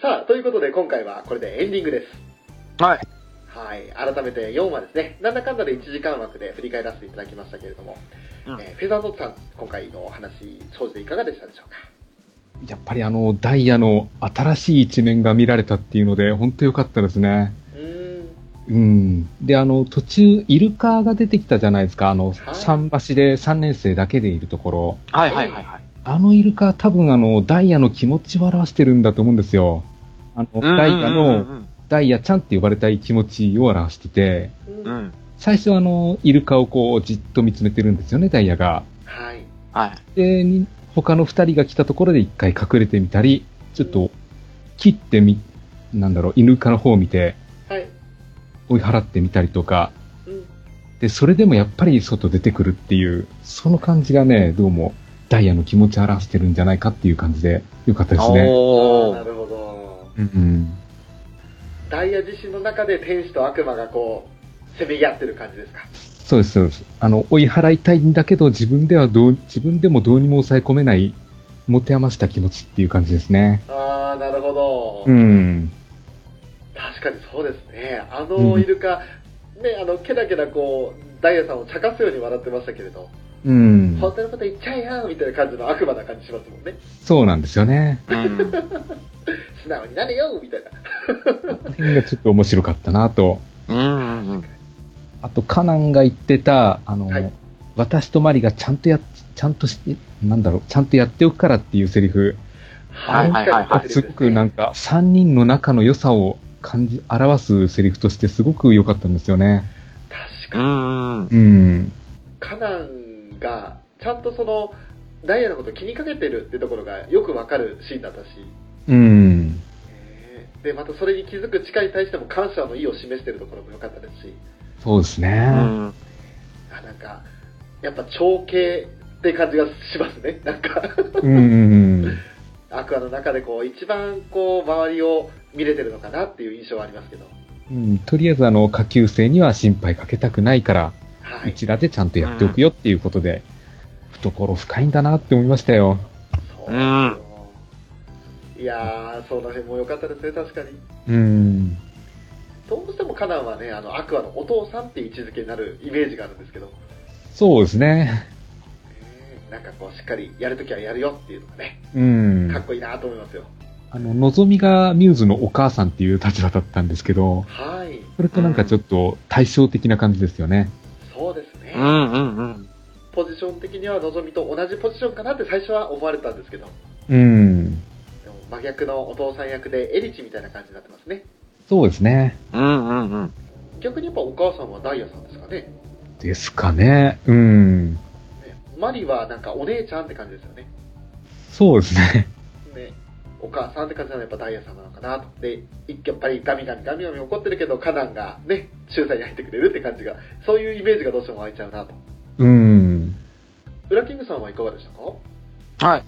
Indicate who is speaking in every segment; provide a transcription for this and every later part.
Speaker 1: さあ、ということで今回はこれでエンディングです。
Speaker 2: はい。
Speaker 1: はい。改めて4話ですね。なんだかんだで1時間枠で振り返らせていただきましたけれども、
Speaker 2: うん
Speaker 1: えーフェザーノットさん、今回のお話、総じていかがでしたでしょうか
Speaker 3: やっぱりあの、ダイヤの新しい一面が見られたっていうので、本当良かったですね。
Speaker 1: うーん。
Speaker 3: うん。で、あの、途中、イルカが出てきたじゃないですか。あの、
Speaker 1: はい
Speaker 3: 桟橋で3年生だけでいるところ。
Speaker 2: はいはいはいはい。
Speaker 3: あのイルカ、多分あの、ダイヤの気持ちを表してるんだと思うんですよ。あの、ダイヤ
Speaker 2: うんうん
Speaker 3: の、ダイヤちゃんって呼ばれたい気持ちを表してて、
Speaker 1: うん
Speaker 2: うんうん。うん。
Speaker 3: 最初あの、イルカをこう、じっと見つめてるんですよね、ダイヤが。
Speaker 1: はい。
Speaker 2: はい。
Speaker 3: で、に他の二人が来たところで一回隠れてみたり、ちょっと、切ってみ、なんだろう、イルカの方を見て、
Speaker 1: はい。
Speaker 3: 追い払ってみたりとか、
Speaker 1: うん。
Speaker 3: で、それでもやっぱり外出てくるっていう、その感じがね、どうも、ダイヤの気持ちを表してるんじゃないかっていう感じで、よかったですね。
Speaker 2: お
Speaker 1: あーな
Speaker 2: ー。
Speaker 1: るほど。
Speaker 3: うんうん。
Speaker 1: ダイヤ自身の中で天使と悪魔がこう、せめぎ合ってる感じですか。
Speaker 3: そうです、そうです。あの、追い払いたいんだけど、自分ではどう、自分でもどうにも抑え込めない、持て余した気持ちっていう感じですね。
Speaker 1: ああ、なるほど。
Speaker 3: うん。
Speaker 1: 確かにそうですね。あのイルカ、ね、あの、けだけだこう、ダイヤさんを茶化すように笑ってましたけれど、
Speaker 3: うん。
Speaker 1: 本当のこと言っちゃえよみたいな感じの悪魔な感じしますもんね。
Speaker 3: そうなんですよね。
Speaker 2: うん。
Speaker 1: 素直になれよみたいな。
Speaker 3: この辺がちょっと面白かったなと。
Speaker 2: うんうんうん。
Speaker 3: あと、カナンが言ってた、あの、
Speaker 1: はい
Speaker 3: 私とマリがちゃんとや、ちゃんとし、なんだろう、ちゃんとやっておくからっていうセリフ、
Speaker 2: はいはいはい
Speaker 3: あすごくなんか、3人の仲の良さを感じ、表すセリフとしてすごく良かったんですよね。
Speaker 1: 確
Speaker 2: う
Speaker 1: かに、
Speaker 2: んうん。
Speaker 3: うん。
Speaker 1: カナンが、ちゃんとその、ダイヤのこと気にかけてるってところがよくわかるシーンだったし、
Speaker 3: うん。
Speaker 1: で、またそれに気づく力に対しても感謝の意を示してるところも良かったですし、
Speaker 3: そうです
Speaker 2: う
Speaker 3: ね。
Speaker 2: ん。
Speaker 1: あなんか、やっぱ長兄って感じがしますね。なんか、
Speaker 3: うん。
Speaker 1: アクアの中でこう、一番こう、周りを見れてるのかなっていう印象はありますけど。
Speaker 3: うん、とりあえず、あの、下級生には心配かけたくないから、
Speaker 1: は
Speaker 3: う
Speaker 1: い。
Speaker 3: ちらでちゃんとやっておくよっていうことで、懐深いんだなって思いましたよ。
Speaker 1: そうなんですよいやー、その辺も良かったですね、確かに。
Speaker 3: うん。
Speaker 1: どうしてもカナンはね、あの、アクアのお父さんっていう位置づけになるイメージがあるんですけど、ね
Speaker 3: そうですね。
Speaker 1: えなんかこう、しっかりやるときはやるよっていうのがね、
Speaker 3: うん。
Speaker 1: かっこいいなと思いますよ。
Speaker 3: あの、のぞみがミューズのお母さんっていう立場だったんですけど、
Speaker 1: はい。
Speaker 3: それとなんかちょっと対照的な感じですよね。
Speaker 1: そうですね。
Speaker 2: うんうんうん。
Speaker 1: ポジション的にはのぞみと同じポジションかなって最初は思われたんですけど、
Speaker 3: うん。
Speaker 1: でも真逆のお父さん役でエリチみたいな感じになってますね。
Speaker 3: そうですね。
Speaker 2: うんうんうん。
Speaker 1: 逆にやっぱお母さんはダイヤさんですかね。
Speaker 3: ですかね。うん。
Speaker 1: ねマリはなんかお姉ちゃんって感じですよね。
Speaker 3: そうですね。
Speaker 1: ねお母さんって感じなのはやっぱダイヤさんなのかなと。で、一やっぱりガミガミガミガミ怒ってるけど、カナンがね、仲裁に入ってくれるって感じが、そういうイメージがどうしても湧いちゃうなと。
Speaker 3: うん。
Speaker 1: ウラキングさんはいかがでしたか
Speaker 2: はい。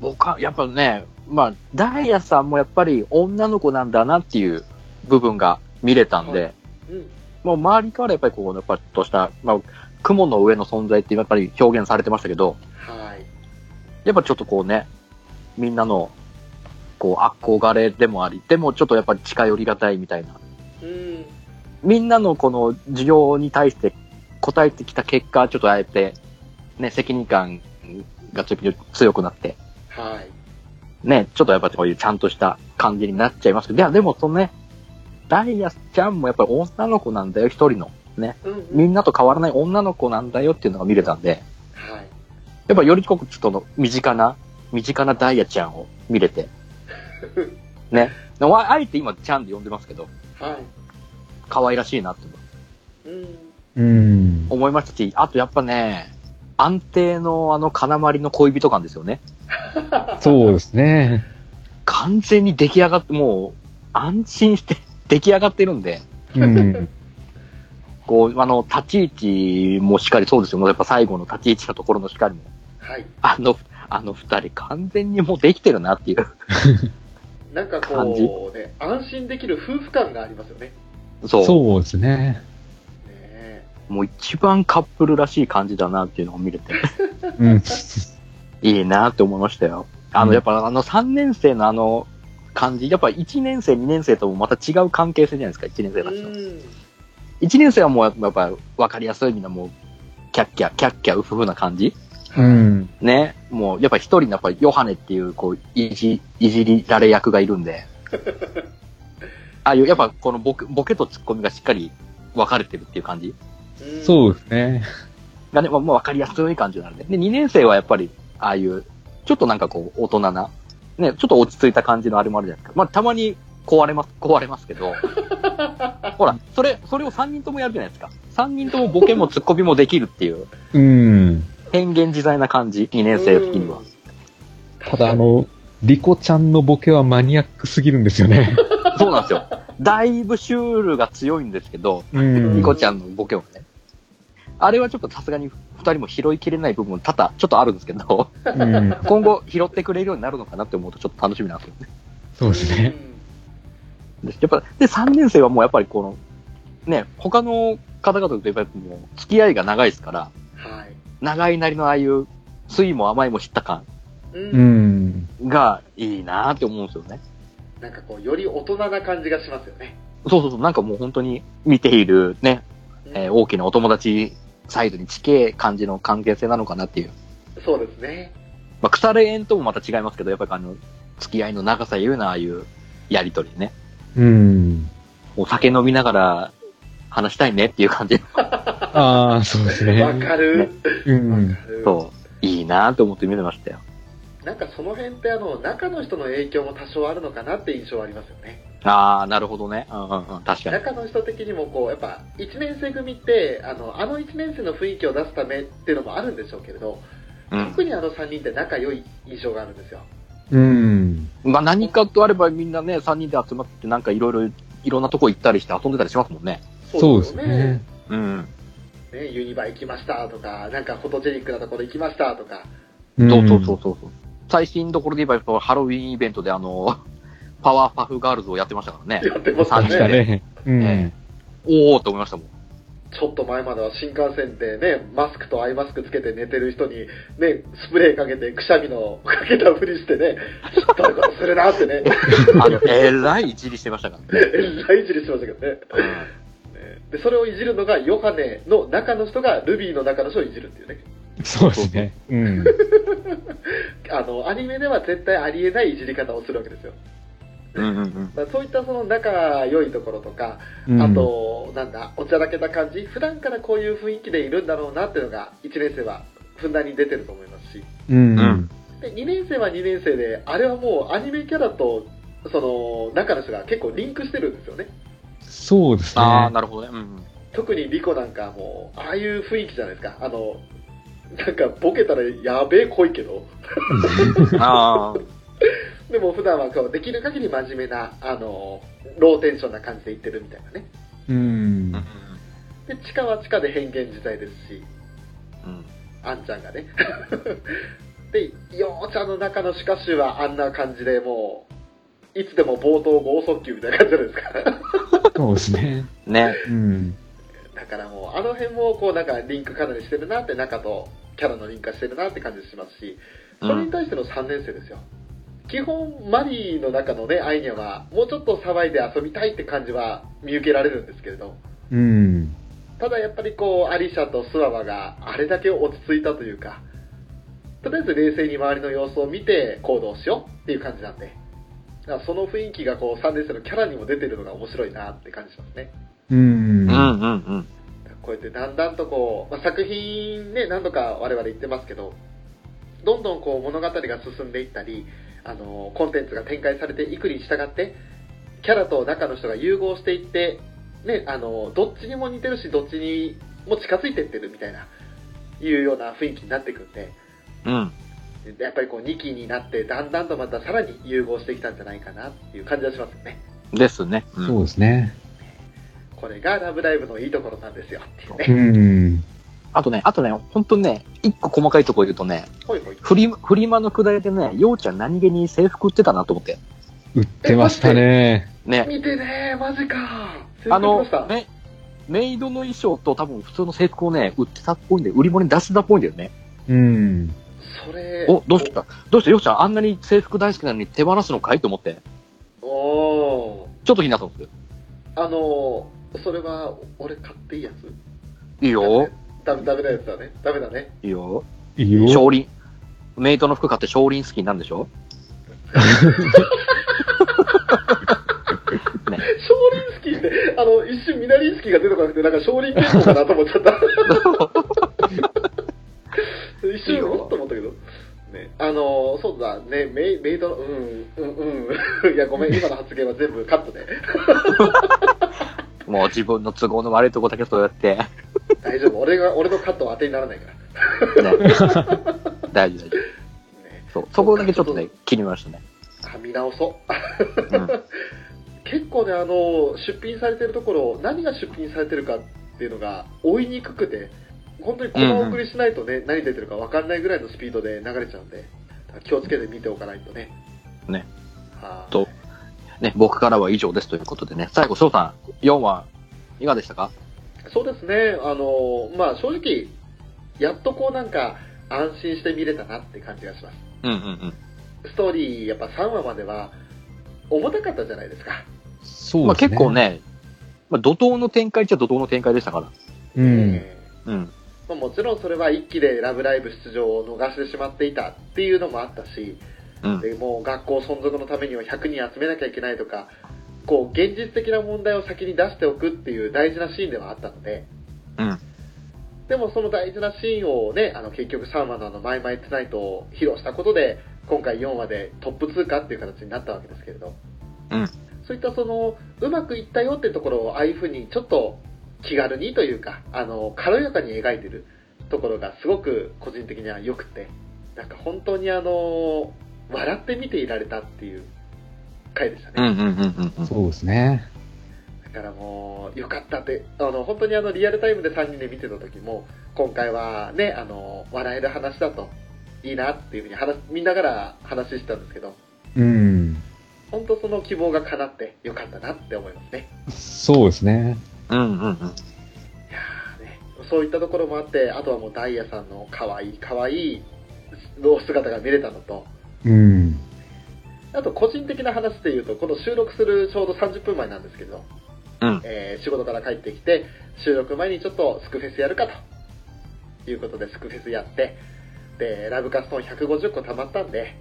Speaker 2: 僕は、やっぱね、まあ、ダイヤさんもやっぱり女の子なんだなっていう部分が見れたんで、
Speaker 1: はうん。
Speaker 2: もう周りからやっぱりこう、やっぱちょっとした、まあ、雲の上の存在ってやっぱり表現されてましたけど、
Speaker 1: はい。
Speaker 2: やっぱちょっとこうね、みんなの、こう、憧れでもあり、でもちょっとやっぱり近寄りがたいみたいな。
Speaker 1: うん。
Speaker 2: みんなのこの需要に対して答えてきた結果、ちょっとあえて、ね、責任感がちょっと強くなって、
Speaker 1: はい。
Speaker 2: ね、ちょっとやっぱこういうちゃんとした感じになっちゃいますけど、いや、でもそのね、ダイヤちゃんもやっぱり女の子なんだよ、一人の。
Speaker 1: うん、う
Speaker 2: み
Speaker 1: ん。
Speaker 2: んなと変わらない女の子なんだよっていうのが見れたんで、
Speaker 1: はい。
Speaker 2: やっぱよりこうちょっとの身近な、身近なダイヤちゃんを見れて。ね。でもああえて今、ちゃんで呼んでますけど、
Speaker 1: は
Speaker 2: 可愛らしいなって
Speaker 1: い。うん。
Speaker 3: うん。
Speaker 2: 思いましたし、あとやっぱね、安定のあの金まりの恋人感ですよね。
Speaker 3: そうですね。
Speaker 2: 完全に出来上がって、もう安心して 出来上がってるんで、
Speaker 3: うん。
Speaker 2: こう、あの、立ち位置もしっかりそうですよ。もうやっぱ最後の立ち位置のところのしっかりも。
Speaker 1: はい。
Speaker 2: あの、あの二人完全にもうできてるなっていう。
Speaker 1: なんか
Speaker 2: 感じ
Speaker 1: こう、ね、安心できる夫婦感がありますよね。
Speaker 2: そう。
Speaker 3: そうですね。
Speaker 1: ねえ
Speaker 2: もう一番カップルらしい感じだなっていうのを見れて、
Speaker 3: うん。
Speaker 2: いいなって思いましたよ。あ
Speaker 3: う
Speaker 2: の、
Speaker 3: ん
Speaker 2: やっぱあの3年生のあの感じ、やっぱ1年生、2年生ともまた違う関係性じゃないですか、1年生
Speaker 1: う
Speaker 2: たちの。
Speaker 1: ん。
Speaker 2: 1年生はもうやっぱ分かりやすいみんなもう、キャッキャ、キャッキャ、ウフフな感じ。
Speaker 4: うん。
Speaker 2: ね。もう、やっぱ一人のやっぱヨハネっていう、こう、いじ、いじりられ役がいるんで。ああいう、やっぱこのボケ、ボケとツッコミがしっかり分かれてるっていう感じ
Speaker 1: うん
Speaker 4: そうですね。
Speaker 2: がね、まあ、まあ分かりやすい感じになるね。で、2年生はやっぱり、ああいう、ちょっとなんかこう、大人な、ね、ちょっと落ち着いた感じのあれもあるじゃないですか。まあ、たまに壊れます、壊れますけど。ほら、それ、それを3人ともやるじゃないですか。3人ともボケもツッコミもできるっていう、
Speaker 4: うん。
Speaker 2: 変幻自在な感じ、2年生付近は。
Speaker 4: ただあの、リコちゃんのボケはマニアックすぎるんですよね。
Speaker 2: そうなんですよ。だいぶシュールが強いんですけど、
Speaker 4: う
Speaker 2: ニ
Speaker 4: ん。
Speaker 2: コちゃんのボケもね。あれはちょっとさすがに2人も拾いきれない部分多々ちょっとあるんですけど、
Speaker 4: うん。
Speaker 2: 今後拾ってくれるようになるのかなって思うとちょっと楽しみなんですよね。
Speaker 4: そうですね。
Speaker 2: やっぱ、で、3年生はもうやっぱりこの、ね、他の方々とやっぱりもう付き合いが長いですから、
Speaker 1: うん。はい。
Speaker 2: 長いなりのああいう、酸いも甘いも知った感
Speaker 1: うん
Speaker 4: うん。
Speaker 2: がいいなって思うんですよね。
Speaker 1: なんかこう、より大人な感じがしますよね。
Speaker 2: そうそうそう、なんかもう本当に見ているね、
Speaker 1: うん
Speaker 2: えー大きなお友達サイドに近い感じの関係性なのかなっていう。
Speaker 1: そうですね。
Speaker 2: まあ、腐れ縁ともまた違いますけど、やっぱりあの、付き合いの長さいうな、ああいうやりとりね。
Speaker 4: うん。
Speaker 2: お酒飲みながら話したいねっていう感じ。
Speaker 4: ああ、そうですね。
Speaker 1: わかる。
Speaker 4: う
Speaker 1: わ
Speaker 4: ん。
Speaker 1: かる。
Speaker 2: そう。いいなと思って見てましたよ。
Speaker 1: なんかその辺ってあの、中の人の影響も多少あるのかなって印象はありますよね。
Speaker 2: ああ、なるほどね。うんうんうん。確かに。
Speaker 1: 中の人的にもこう、やっぱ、1年生組って、あの、あの1年生の雰囲気を出すためっていうのもあるんでしょうけれど、
Speaker 2: うん
Speaker 1: 特。にあの3人って仲良い印象があるんですよ。
Speaker 4: うん。
Speaker 2: まあ何かとあればみんなね、3人で集まってなんかいろいろ、いろんなとこ行ったりして遊んでたりしますもんね。
Speaker 4: そう
Speaker 1: よ
Speaker 4: ですね。。
Speaker 2: うん。
Speaker 1: ね、ユニバ行きましたとか、なんかフォトジェニックなところ行きましたとか、
Speaker 2: そうそうそうそう。う最新どころで言えば、ハロウィンイベントであの、 パワーパフガールズをやってましたからね。
Speaker 1: やってました
Speaker 4: 確か
Speaker 1: ね。
Speaker 4: ね。う
Speaker 2: え
Speaker 4: ん。
Speaker 2: おおと思いましたもん。
Speaker 1: ちょっと前までは新幹線でね、マスクとアイマスクつけて寝てる人に、ね、スプレーかけてくしゃみのかけたふりしてね、ひどいことするなってね、
Speaker 2: あの、えらいいじりしてましたからね。
Speaker 1: えらいいじりしてましたけどね。
Speaker 2: うん
Speaker 1: ねで、それをいじるのがヨハネの中の人がルビーの中の人をいじるっていうね。
Speaker 4: そうですね。うん。
Speaker 1: あの、アニメでは絶対ありえないいじり方をするわけですよ。
Speaker 2: うんうんうん。
Speaker 1: だからそういったその仲良いところとか、
Speaker 4: うん
Speaker 1: あ、と、なんだ、おちゃらけた感じ、普段からこういう雰囲気でいるんだろうなっていうのが、1年生はふんだんに出てると思いますし、
Speaker 4: うん。
Speaker 1: で2年生は2年生で、あれはもうアニメキャラと、その、中の人が結構リンクしてるんですよね。
Speaker 4: そうですね。
Speaker 2: ああ、なるほどね。うん
Speaker 1: 特にリコなんかはもう、ああいう雰囲気じゃないですか。あの、なんかボケたらやべえ濃いけど、
Speaker 2: うん。ああ。
Speaker 1: でも普段はこうできる限り真面目な、あの、ローテンションな感じで言ってるみたいなね。
Speaker 4: うん。
Speaker 1: で、地下は地下で変幻自在ですし、あんちゃんがね。 で、ようちゃんの中の鹿集はあんな感じでもう、いつでも冒頭剛速球みたいな感じじゃないですか。
Speaker 4: そうですね。
Speaker 2: ね。
Speaker 4: うん。
Speaker 1: だからもう、あの辺もこうなんかリンクかなりしてるなって、中とキャラのリンク化してるなって感じしますし、
Speaker 2: う
Speaker 1: それに
Speaker 2: ん
Speaker 1: 対しての3年生ですよ。基本、マリーの中のね、アイニャは、もうちょっと騒いで遊びたいって感じは見受けられるんですけれど、
Speaker 4: うん。
Speaker 1: ただやっぱりこう、アリシャとスワワがあれだけ落ち着いたというか、とりあえず冷静に周りの様子を見て行動しようっていう感じなんで、だからその雰囲気がこう、3年生のキャラにも出てるのが面白いなって感じしますね。
Speaker 4: う。
Speaker 2: うんうんんうん。
Speaker 1: こうやってだんだんとこう、まあ、作品ね、何度か我々言ってますけど、どんどんこう物語が進んでいったり、あの、コンテンツが展開されていくに従って、キャラと中の人が融合していって、ね、あの、どっちにも似てるし、どっちにも近づいてってるみたいな、いうような雰囲気になってくんで、
Speaker 2: うん。
Speaker 1: でやっぱりこう2期になって、だんだんとまたさらに融合してきたんじゃないかなっていう感じがしますよね。
Speaker 2: ですね。うん
Speaker 4: そうですね。
Speaker 1: これがラブライブのいいところなんですよっていう
Speaker 4: う
Speaker 1: ね。
Speaker 4: ん。
Speaker 2: あとね、あとね、ほんとね、一個細かいとこ言うとね、
Speaker 1: ほいほい。
Speaker 2: フリ、フリマのくだりでね、ようちゃん何気に制服売ってたなと思って。
Speaker 4: 売ってましたね。
Speaker 2: ね。
Speaker 1: 見てねマジか
Speaker 2: あ
Speaker 1: 制服
Speaker 2: の
Speaker 1: 着ました、
Speaker 2: メメイドの衣装と多分普通の制服をね、売ってたっぽいんで、売り物に出してたっぽいんだよね。
Speaker 4: うん。
Speaker 1: それ
Speaker 2: お、どうしたどうしたようちゃんあんなに制服大好きなのに手放すのかいと思って。
Speaker 1: おー。
Speaker 2: ちょっとひなと思って。
Speaker 1: あのー、それは、俺買っていいやつ
Speaker 2: いいよ。
Speaker 1: ダメ、ダメなやつだね。ダメだね。
Speaker 2: いいよ。
Speaker 4: いいよ。
Speaker 2: 少林。メイトの服買って少林好きになるんでしょ
Speaker 1: 少林スキーって、あの、一瞬ミナリンスキーが出てこなくて、なんか少林拳法かなと思っちゃった。一
Speaker 2: いい
Speaker 1: 瞬、
Speaker 2: よ
Speaker 1: おっと思ったけど。ね、あのー、そうだね、メイメイドの、うん、うん、うん。いや、ごめん、今の発言は全部カットで。
Speaker 2: もう自分の都合の悪いとこだけそうやって。 ね、
Speaker 1: 大丈夫、俺が、俺のカットは当てにならないから。
Speaker 2: 大丈夫、大丈夫。
Speaker 1: ね、
Speaker 2: そう。そこだけちょっとね、気に入りましたね。
Speaker 1: あ見直そう。
Speaker 2: うん。
Speaker 1: 結構ね、あの、出品されてるところ、何が出品されてるかっていうのが追いにくくて、本当にこの送りしないとね、何出てるか分かんないぐらいのスピードで流れちゃうんで、だから気をつけて見ておかないとね。
Speaker 2: ね。
Speaker 1: はい。
Speaker 2: とね、僕からは以上ですということでね。最後、翔さん、4話、いかがでしたか
Speaker 1: そうですね、あの、まあ正直、やっとこうなんか安心して見れたなって感じがします。
Speaker 2: うんうんうん。
Speaker 1: ストーリー、やっぱ3話までは重たかったじゃないですか。
Speaker 4: そうですね。
Speaker 2: まあ結構。ね、まあ怒涛の展開っちゃ怒涛の展開でしたから。
Speaker 4: うん。
Speaker 1: えー
Speaker 2: うん。
Speaker 1: まあもちろんそれは一期で「ラブライブ!」出場を逃してしまっていたっていうのもあったし、
Speaker 2: うん
Speaker 1: でもう学校存続のためには100人集めなきゃいけないとかこう現実的な問題を先に出しておくっていう大事なシーンではあったので、
Speaker 2: うん
Speaker 1: でもその大事なシーンをねあの結局3話のあの「マイマイトゥナイト」を披露したことで今回4話でトップ通過っていう形になったわけですけれど、
Speaker 2: うん
Speaker 1: そういったそのうまくいったよってところをああいうふうにちょっと気軽にというかあの軽やかに描いてるところがすごく個人的には良くてなんか本当にあの笑って見ていられたっていう回でしたね、
Speaker 2: うんうんうんうんうん。
Speaker 4: そうですね。
Speaker 1: だからもう良かったってあの本当にあのリアルタイムで3人で見てた時も今回はねあの笑える話だといいなっていうふうに話見ながら話してたんですけど
Speaker 4: うん。
Speaker 1: 本当その希望が叶って良かったなって思いますね
Speaker 4: そうですね。
Speaker 2: うんうんうん。
Speaker 1: いやーね、そういったところもあって、あとはもうダイヤさんの可愛い可愛いお姿が見れたのと、
Speaker 4: うん。
Speaker 1: あと個人的な話で言うと、この収録するちょうど30分前なんですけど、
Speaker 2: うん
Speaker 1: えー仕事から帰ってきて、収録前にちょっとスクフェスやるかということで、スクフェスやって、で、ラブカストン150個溜まったんで、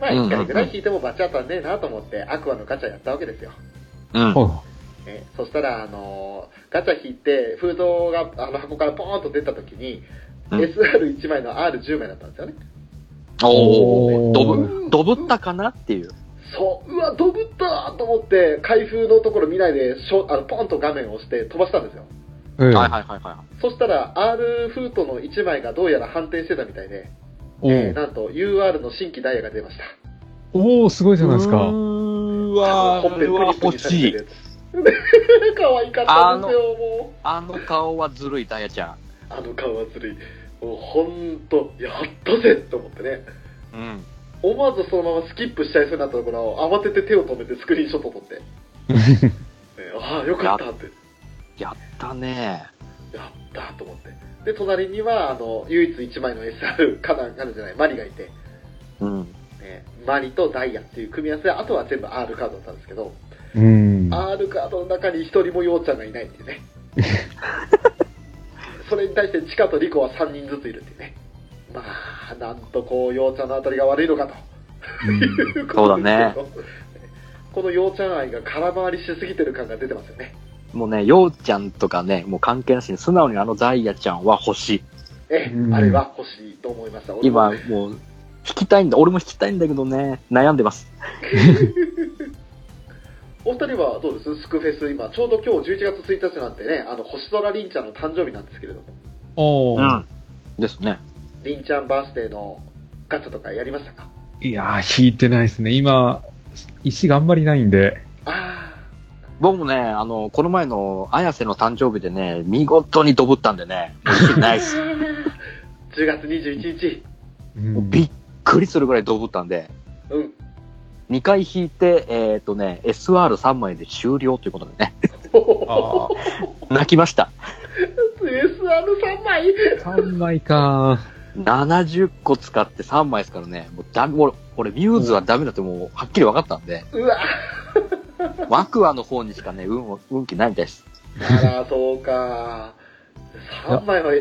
Speaker 1: まあ
Speaker 2: うんうんうん
Speaker 1: 1回ぐらい引いてもバチ当たんねえなと思って、アクアのガチャやったわけですよ。
Speaker 2: うん。
Speaker 4: あ
Speaker 1: ね、そしたら、あのーガチャ引いて、封筒があの箱からポーンと出たときに、
Speaker 2: うん
Speaker 1: SR1 枚の R10 枚だったんですよね。
Speaker 2: お
Speaker 4: お
Speaker 2: お、
Speaker 4: ー
Speaker 2: どぶ、どぶったかなっていう。
Speaker 1: そう、うわ、ドブったーと思って、開封のところ見ないで、しょあのポンと画面を押して飛ばしたんですよ。
Speaker 4: うん。
Speaker 2: はいはいはいは
Speaker 1: そしたら、R 封筒の1枚がどうやら反転してたみたいで、
Speaker 4: お
Speaker 1: えー
Speaker 4: ー
Speaker 1: なんと UR の新規ダイヤが出ました。
Speaker 4: おー、すごい
Speaker 2: い。
Speaker 4: じゃないです
Speaker 2: う
Speaker 4: か。
Speaker 2: ーわー、これは欲しい。。
Speaker 1: 可愛かったんですよ、もう。
Speaker 2: あの顔はずるい、ダイヤちゃ
Speaker 1: あの顔はずるい。もうほんと、やったぜと思ってね。
Speaker 2: ん。うん。
Speaker 1: 思わずそのままスキップしちゃいそうになったところを慌てて手を止めてスクリーンショット撮って、 ねああよかったって
Speaker 2: やったね。
Speaker 1: やったと思ってで隣にはあの唯一1枚の SR カナカナじゃないマリがいて、
Speaker 2: うん。
Speaker 1: ね、マリとダイヤっていう組み合わせであとは全部 R カードだったんですけど、
Speaker 4: うん。
Speaker 1: R カードの中に1人もようちゃんがいないっていうねそれに対してチカとリコは3人ずついるっていうねまあなんとこうようちゃんのあたりが悪いのかと
Speaker 2: そうだね。
Speaker 1: このようちゃん愛が空回りしすぎてる感が出てますよね。
Speaker 2: もうね、ようちゃんとかね、もう関係なしに素直にあのダイヤちゃんは欲しい。
Speaker 1: ええ
Speaker 4: う、ん
Speaker 1: あれは欲しいと思いました。俺も
Speaker 2: 今、もう、引きたいんだ。俺も引きたいんだけどね、悩んでます。
Speaker 1: お二人はどうですスクフェス、今、ちょうど今日11月1日なんてね、あの、星空りんちゃんの誕生日なんですけれども、
Speaker 4: お
Speaker 2: う
Speaker 4: ー
Speaker 2: ん。ですね。
Speaker 1: りんちゃんバースデーのガチャとかやりましたか
Speaker 4: いやー、引いてないですね。今、石があんまりないんで。
Speaker 1: あ
Speaker 2: 僕もね、あの、この前の綾瀬の誕生日でね、見事にどぶったんで ね、ナイス。
Speaker 1: あ、10月21日。
Speaker 4: うん
Speaker 2: びっくりするぐらいどぶったんで、
Speaker 1: うん。
Speaker 2: 2回引いて、えっ、とね、SR3 枚で終了ということでね、
Speaker 4: あ
Speaker 2: 泣きました。
Speaker 1: SR3 枚
Speaker 4: ー、3枚か
Speaker 2: 70個使って3枚ですからね、もうダメ、俺、俺ミューズはダメだってもう、はっきり分かったんで、
Speaker 1: うわ
Speaker 2: ワクワの方にしかね、運を、運気ないみたいです。
Speaker 1: あら、そうか。3枚はき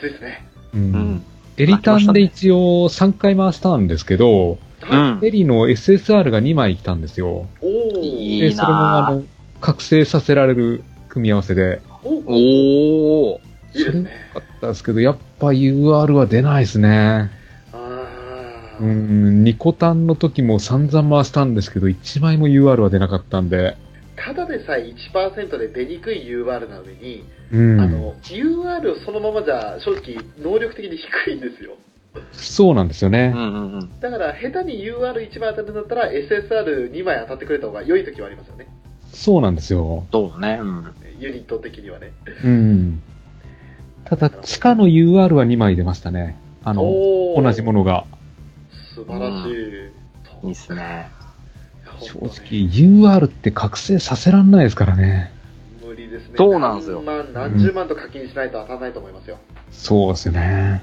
Speaker 1: ついですね。
Speaker 3: う
Speaker 2: うんん。
Speaker 3: エリタンで一応3回回したんですけど、
Speaker 2: う
Speaker 1: はい。
Speaker 2: ん。
Speaker 3: エリの SSR が2枚来たんですよ。
Speaker 1: おー。
Speaker 2: いい
Speaker 3: でそれもあ
Speaker 2: なぁ
Speaker 3: の、覚醒させられる組み合わせで。
Speaker 1: おー
Speaker 2: おー。
Speaker 1: いいですね。
Speaker 3: あったんですけど、やっぱ UR は出ないですね。
Speaker 1: あ
Speaker 3: う
Speaker 1: ー
Speaker 3: ん、ニコタンの時も散々回したんですけど、1枚も UR は出なかったんで。
Speaker 1: ただでさえ1%で出にくい UR な上に、
Speaker 3: うん。
Speaker 1: あの、UR をそのままじゃ、正直、能力的に低いんですよ。
Speaker 3: そうなんですよ
Speaker 2: う
Speaker 3: ね
Speaker 2: ん。うんうん。
Speaker 1: だから、下手に UR1 枚当たるんだったら、SSR2 枚当たってくれた方が良い時はありますよね。
Speaker 3: そうなんですよ。
Speaker 2: そうだね。うん。
Speaker 1: ユニット的にはね。
Speaker 3: うん。ただ、地下の UR は2枚出ましたね。あの、
Speaker 1: おー
Speaker 3: 同じものが。
Speaker 1: 素晴らしい。
Speaker 2: いいっすね。
Speaker 3: 正直、UR って覚醒させらんないですからね。
Speaker 1: 無理ですね。
Speaker 2: そうなんですよ
Speaker 1: 何万、何十万と課金しないと当たらないと思いますよ。
Speaker 3: そうですよね。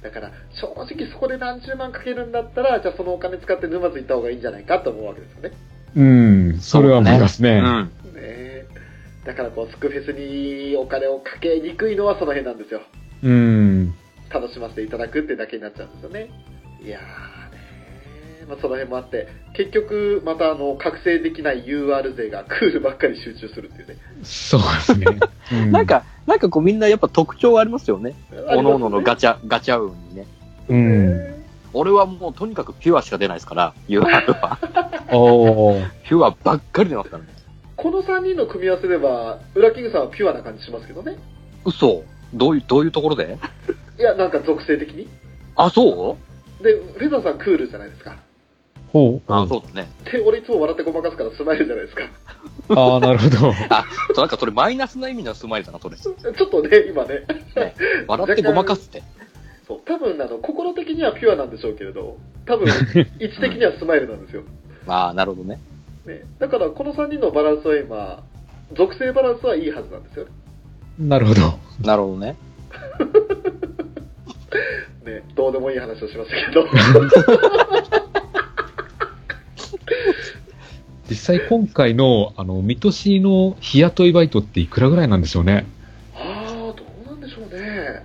Speaker 1: だから、正直そこで何十万かけるんだったら、じゃあそのお金使って沼津行った方がいいんじゃないかと思うわけですよね。ね
Speaker 3: うん、それは思います
Speaker 2: う
Speaker 3: ね。
Speaker 2: ん。
Speaker 1: えだからこう、スクフェスにお金をかけにくいのはその辺なんですよ。
Speaker 3: うん。
Speaker 1: 楽しませていただくってだけになっちゃうんですよね。いやーねまあ、その辺もあって、結局、またあの、覚醒できない UR 勢がクールばっかり集中するっていうね。
Speaker 3: そうですね。 う
Speaker 2: なん、か、なんかこうみんなやっぱ特徴ありますよね。おのおののガチャ、ガチャ運にね。
Speaker 3: うん。
Speaker 2: 俺はもうとにかくピュアしか出ないですから、UR は。
Speaker 3: おー。
Speaker 2: ピュアばっかり出ますからね。
Speaker 1: この3人の組み合わせでは、ウラキングさんはピュアな感じしますけどね。
Speaker 2: 嘘どういう、どういうところで
Speaker 1: いや、なんか属性的に。
Speaker 2: あ、そう
Speaker 1: で、フェザーさんクールじゃないですか。
Speaker 3: ほう。
Speaker 2: あ、そうだね。
Speaker 1: で、俺いつも笑ってごまかすからスマイルじゃないですか。
Speaker 3: ああ、なるほど。
Speaker 2: あ、そうなんかそれマイナスな意味のスマイルだな、それ。
Speaker 1: ちょっとね、今ね。
Speaker 2: 笑ってごまかすって。
Speaker 1: そう。多分、あの、心的にはピュアなんでしょうけれど、多 分、位置的にはスマイルなんですよ。
Speaker 2: ああ、なるほどね。
Speaker 1: ね。だから、この3人のバランスは今、属性バランスはいいはずなんですよね。
Speaker 3: なるほど。
Speaker 2: なるほどね。
Speaker 1: ね。どうでもいい話をしましたけど。
Speaker 3: 実際今回の、あの、水戸市の日雇いバイトっていくらぐらいなんでしょうね。
Speaker 1: あー、どうなんでしょうね。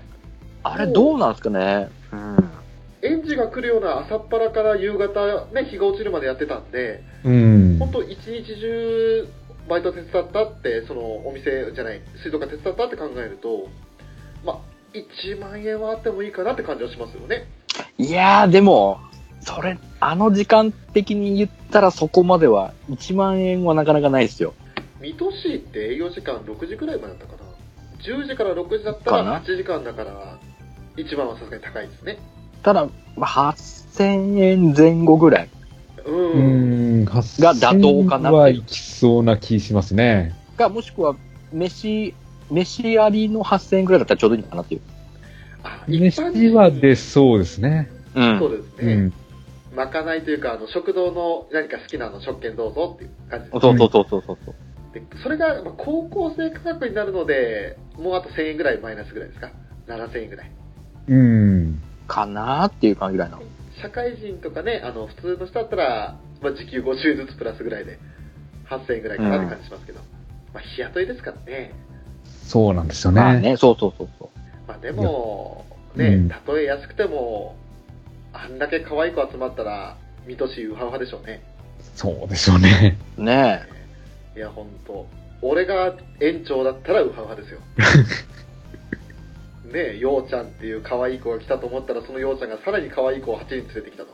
Speaker 2: あれどうなんですかね。うん。
Speaker 1: 園児が来るような朝っぱらから夕方、ね、日が落ちるまでやってたんで、
Speaker 3: うん。
Speaker 1: 本当一日中バイト手伝ったってそのお店じゃない水道館手伝ったって考えるとまあ1万円はあってもいいかなって感じはしますよね
Speaker 2: いやー、でも、それ、あの時間的に言ったらそこまでは、1万円はなかなかないですよ。
Speaker 1: 水戸市って営業時間6時くらいまでだったかな10時から6時だった
Speaker 2: かな
Speaker 1: ら8時間だから1万はさすがに高いですね
Speaker 2: ただ、まあ、8000円前後ぐらい
Speaker 1: うん
Speaker 3: う、ん、が
Speaker 2: が妥当かなっていう
Speaker 3: はいきそうな気しますね。
Speaker 2: か、もしくは、飯、飯ありの8000円ぐらいだったらちょうどいいのかなっていう。
Speaker 1: あ
Speaker 3: 飯は出そうですね。
Speaker 2: う。
Speaker 1: そうんです
Speaker 3: う
Speaker 1: ね、
Speaker 3: ん。
Speaker 1: まかないというかあの食堂の何か好きなの食券どうぞっていう感じです
Speaker 2: そうそうそうそうそう。
Speaker 1: でそれがまあ高校生価格になるので、もうあと1000円ぐらいマイナスぐらいですか、7000円ぐらい。
Speaker 3: うん。
Speaker 2: かなーっていう感じぐらいなの。
Speaker 1: 社会人とかね、あの普通の人だったら、まあ、時給50ずつプラスぐらいで、8000円ぐらいかなって感じしますけど、まあ、日雇いですからね、
Speaker 3: そうなんですよ
Speaker 2: まあ
Speaker 3: ね。
Speaker 2: ね、そうそうそうそう。
Speaker 1: まあ、でも、
Speaker 3: いや
Speaker 1: ね
Speaker 3: うん、
Speaker 1: たとえ安くても、あんだけ可愛い子集まったら、水戸市ウハウハでしょうね。
Speaker 3: そうでしょうね。
Speaker 2: ねえ。
Speaker 1: いや、ほんと。俺が園長だったらウハウハ ですよ。ねえ、ようちゃんっていう可愛い子が来たと思ったら、そのようちゃんがさらに可愛い子を8人連れてきたと。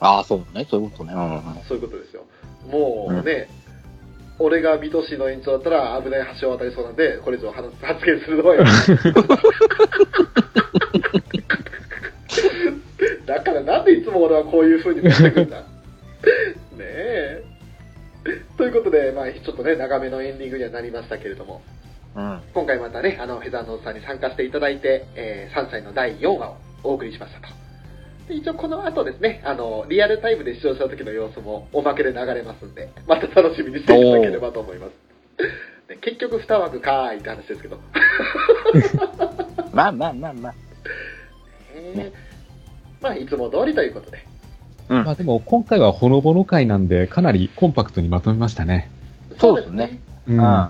Speaker 2: ああ、そうね。そういうことね。うんうんうん。
Speaker 1: そういうことですよ。もうね、俺が水戸市の園長だったら危ない橋を渡りそうなんで、これ以上話発言するのはやめ だからなんでいつも俺はこういう風に見せてくんだ。ねえ。ということで、まあ、ちょっとね、長めのエンディングにはなりましたけれども、
Speaker 2: うん。
Speaker 1: 今回またね、あの、フェザーノーズさんに参加していただいて、えー3歳の第4話をお送りしましたと。で一応この後ですね、あの、リアルタイムで視聴した時の様子もおまけで流れますんで、また楽しみにしていただければと思います。で結局2枠かーいって話ですけど。
Speaker 2: まあまあまあまあ。
Speaker 1: ねまあ、いつも通りということで。
Speaker 2: うん
Speaker 3: まあでも今回はほのぼの会なんで、かなりコンパクトにまとめましたね。
Speaker 2: そうですね。
Speaker 4: うん。
Speaker 2: うん。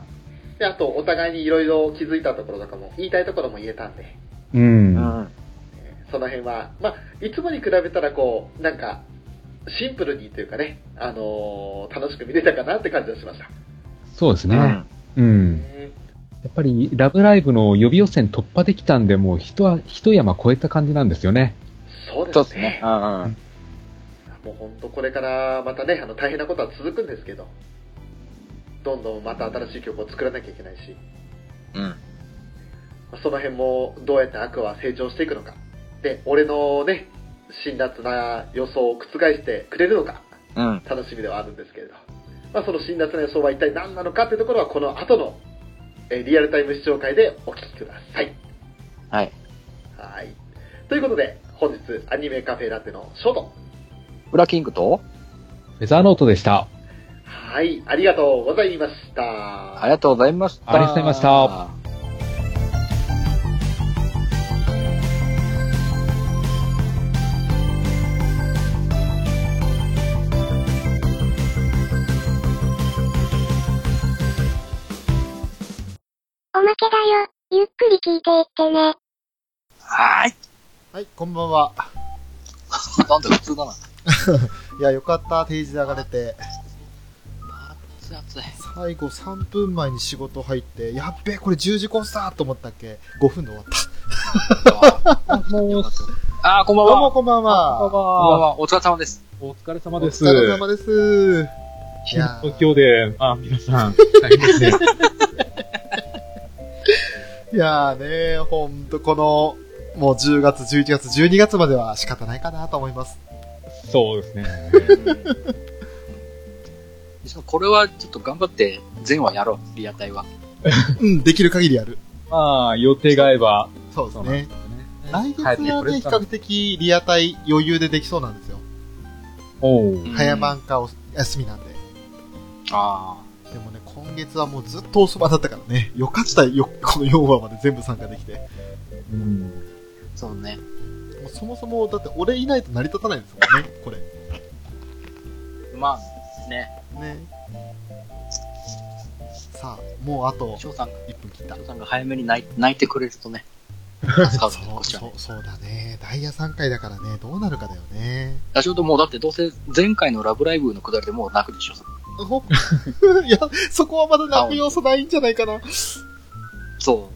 Speaker 1: で、あと、お互いにいろいろ気づいたところとかも、言いたいところも言えたんで、
Speaker 4: う。
Speaker 2: うんん。
Speaker 1: その辺は、まあ、いつもに比べたら、こう、なんか、シンプルにというかね、あのー楽しく見れたかなって感じがしました。
Speaker 4: そうです
Speaker 2: う
Speaker 4: ね。
Speaker 2: ん。
Speaker 4: うん。やっぱり、ラブライブの予備予選突破できたんで、もう一は、一山超えた感じなんですよね。
Speaker 1: そうで
Speaker 2: そうですすね
Speaker 1: ね。。
Speaker 2: うんうん。
Speaker 1: もう本当これからまたね、あの大変なことは続くんですけど、どんどんまた新しい曲を作らなきゃいけないし、
Speaker 2: うん。
Speaker 1: まあその辺もどうやってアクアは成長していくのか。で、俺のね、辛辣な予想を覆してくれるのか、
Speaker 2: うん。
Speaker 1: 楽しみではあるんですけれど、まあ、その辛辣な予想は一体何なのかというところは、この後の、えーリアルタイム視聴会でお聞きください。
Speaker 2: はい。
Speaker 1: はい。ということで、本日アニメカフェラテのショート。
Speaker 2: ブラキングと、
Speaker 4: フェザーノートでした。
Speaker 1: はい、ありがとうございました。
Speaker 2: ありがとうございました。
Speaker 4: ありがとうございました。
Speaker 5: おまけだよ。ゆっくり聞いていってね。
Speaker 2: はーい。
Speaker 6: はい、こんばんは。
Speaker 2: なんだ、普通だな。
Speaker 6: いや、よかった、定時流れて。
Speaker 2: 熱い熱い。
Speaker 6: 最後3分前に仕事入って、やっべえ、これ10時コンサートと思ったっけ ?5 分で終わった。
Speaker 4: もう、
Speaker 2: あー、こんばん
Speaker 6: どうも
Speaker 2: は。
Speaker 6: こんばんは。
Speaker 2: あー、お疲れ様です。
Speaker 4: お疲れ様
Speaker 6: お
Speaker 4: です。
Speaker 6: 疲れ様です。いやー
Speaker 4: 東京で、あ、皆さん、大変ですね。
Speaker 6: いやーね、ほんとこの、もう10月、11月、12月までは仕方ないかなと思い ます。
Speaker 4: そうですね。
Speaker 2: これはちょっと頑張って、全話やろう、リアタイは。
Speaker 6: うん、できる限りやる。
Speaker 4: まあ、予定が合えば、
Speaker 6: そうですね。来月
Speaker 4: はい
Speaker 6: はね、比較的リアタイ余裕でできそうなんですよ。
Speaker 4: おう。
Speaker 6: 早番かお休みなんで。
Speaker 2: あ
Speaker 6: でもね、今月はもうずっとおそばだったからね。よかったよ、この4話まで全部参加できて。
Speaker 4: うん。
Speaker 2: あ、そうね。
Speaker 6: もうそもそも、だって俺いないと成り立たないですもんね、これ。
Speaker 2: まあ、ね、
Speaker 6: ね。さあ、もうあと
Speaker 2: 翔さんが、
Speaker 6: 1分切った
Speaker 2: 翔。さんが早めに泣い泣いてくれるとね、助かるね、こ
Speaker 6: そう
Speaker 2: っちは
Speaker 6: そ
Speaker 2: ね
Speaker 6: う。そうだね。ダイヤ3回だからね、どうなるかだよね。
Speaker 2: あちょうどもうだってどうせ前回のラブライブのくだりでもう泣くでしょ。
Speaker 6: ほ いや、そこはまだ泣く要素ないんじゃないかな。
Speaker 2: そ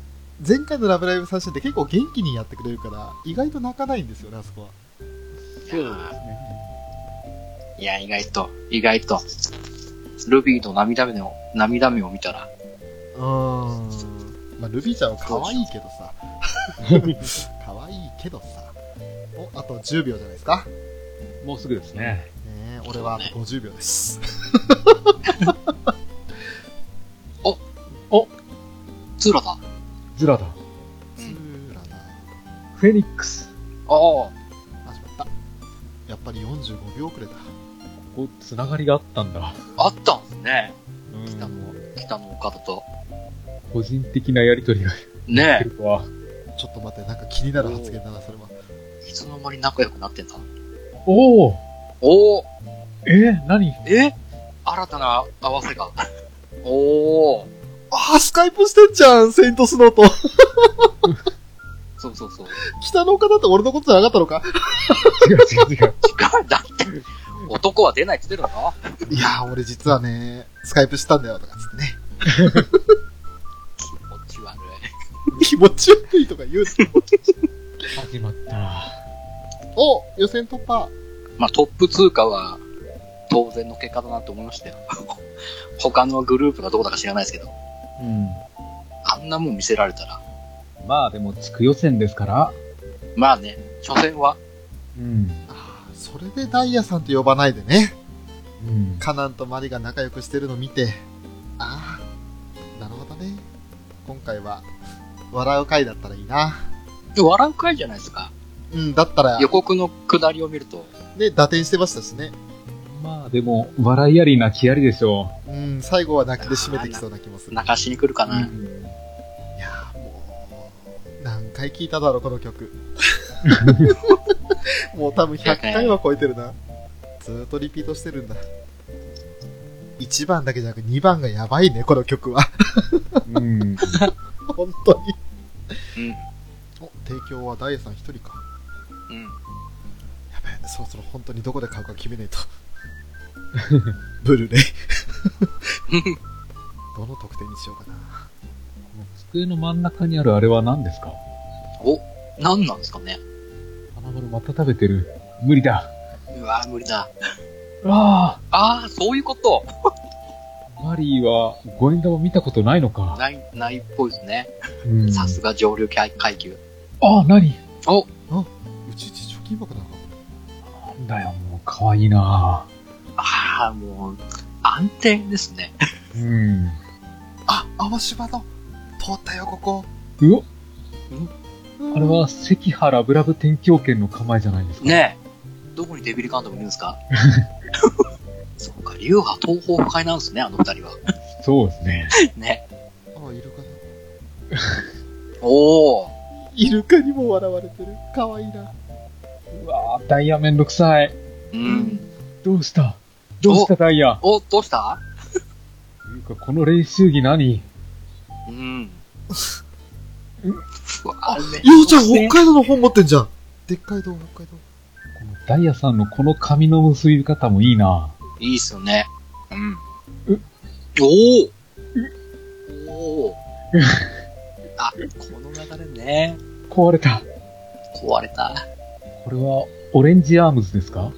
Speaker 6: 前回のラブライブ最初って結構元気にやってくれるから、意外と泣かないんですよね、あそこは。
Speaker 2: う。いや、意外と、意外と。ルビーの涙目を、涙目を見たら、
Speaker 6: うーん。まあ、ルビーちゃんは可愛いけど さ。可愛いけどさ。お、あと10秒じゃないですか。
Speaker 4: もうすぐですね。
Speaker 6: ねえ、俺はあと50秒です。
Speaker 2: ツーラだ。あ
Speaker 4: ズラだ。
Speaker 6: つーらな
Speaker 4: フェニックス。
Speaker 2: あ、
Speaker 6: あ、しまった。やっぱり45秒遅れた。
Speaker 4: こう、つながりがあったんだ。
Speaker 2: あったんですね。
Speaker 4: うん
Speaker 2: 北の、北の岡田と。
Speaker 4: 個人的なやりとりがあ
Speaker 2: ね
Speaker 4: るとは。
Speaker 6: ちょっと待って、なんか気になる発言だな、それは。
Speaker 2: え、いつの間に仲良くなってんだ。
Speaker 4: おお
Speaker 2: おお
Speaker 4: えー、何
Speaker 2: え新たな合わせが。 おお
Speaker 6: あー、スカイプしてんじゃん、セイントス ノーと。
Speaker 2: そうそうそう。
Speaker 6: 北の丘だって俺のことじゃなかったのか。
Speaker 4: 違う違う違う。
Speaker 2: 違う、だって、男は出ないって言ってるの
Speaker 6: いやー、俺実はね、スカイプしたんだよ、とかつってね。
Speaker 2: 気持ち悪い。
Speaker 6: 気持ち悪いとか言うの。
Speaker 4: 始まった。
Speaker 6: お、予選突破。
Speaker 2: まあ、トップ通過は、当然の結果だなと思いましたよ。 他のグループがどうだか知らないですけど、
Speaker 4: うん。
Speaker 2: あんなもん見せられたら、
Speaker 4: まあでも、地区予選ですから。
Speaker 2: まあね、初戦は、
Speaker 4: うん。
Speaker 6: あーそれでダイヤさんと呼ばないでね。
Speaker 4: うん。
Speaker 6: カナンとマリが仲良くしてるの見て、ああ、なるほどね。今回は、笑う回だったらいいな。
Speaker 2: 笑う回じゃないですか。
Speaker 6: うん、だったら、
Speaker 2: 予告の下りを見ると、
Speaker 6: ね、打点してましたしね。
Speaker 4: まあでも、笑いあり泣きありでしょ
Speaker 6: うん、最後は泣きで締めてきそうな気もする。
Speaker 2: 泣かしに来るか
Speaker 4: う。
Speaker 2: な。
Speaker 4: ん
Speaker 6: いやーもう、何回聞いただろう、この 曲。もう多分100回は超えてるな。ずーっとリピートしてるんだ。 1番だけじゃなく2番がやばいね、この曲は。
Speaker 3: うん。
Speaker 6: 本当に。
Speaker 2: うん。
Speaker 6: お、提供はダイエさん一人か。
Speaker 2: うん。
Speaker 6: やべえ、そろそろ本当にどこで買うか決めないと。 ブルー レイ。どの特典にしようかな。
Speaker 3: 机の真ん中にあるあれは何ですか
Speaker 2: 何なんですかね。
Speaker 3: 花丸また食べてる。無理だ。
Speaker 2: うわ無理だ。
Speaker 3: あ
Speaker 2: ああ、そういうこと。
Speaker 3: あ、マリーは五円玉見たことないのか。
Speaker 2: ない、ないっぽいですね。
Speaker 3: うん
Speaker 2: さすが上流階階級。
Speaker 3: ああ、何
Speaker 6: うちうち貯金箱なのか
Speaker 3: なんだよ、もう可愛いな
Speaker 2: ああ、もう、安定ですね。
Speaker 3: うん。
Speaker 6: あ、青島の通ったよ、ここ。
Speaker 3: うお、
Speaker 6: うん
Speaker 3: あれは関原ブラブ天狂犬の構えじゃないですか。
Speaker 2: ねえ。どこにデビルガンダムいるんですか そうか、流派東方不快なんですね、あの二人は。
Speaker 3: そうですね。
Speaker 2: ね。
Speaker 6: あ、イルカだ。
Speaker 2: おお。
Speaker 6: イルカにも笑われてる。かわいいな。
Speaker 3: うわあ、ダイヤめんどくさい。
Speaker 2: うん。
Speaker 3: どうしたどうしたダイヤ
Speaker 2: お、どうした
Speaker 3: というか、この練習着何
Speaker 2: うん。うわあれ
Speaker 6: ようちゃん、北海道の本持ってんじゃん。でっかい道、北
Speaker 3: こ
Speaker 6: 海道。
Speaker 3: のダイヤさんのこの髪の結び方もいいない
Speaker 2: いっすよね。うん。
Speaker 3: う
Speaker 2: おおおおあ、この流れね。
Speaker 3: 壊れた。
Speaker 2: 壊れた。
Speaker 3: これは、オレンジアームズですか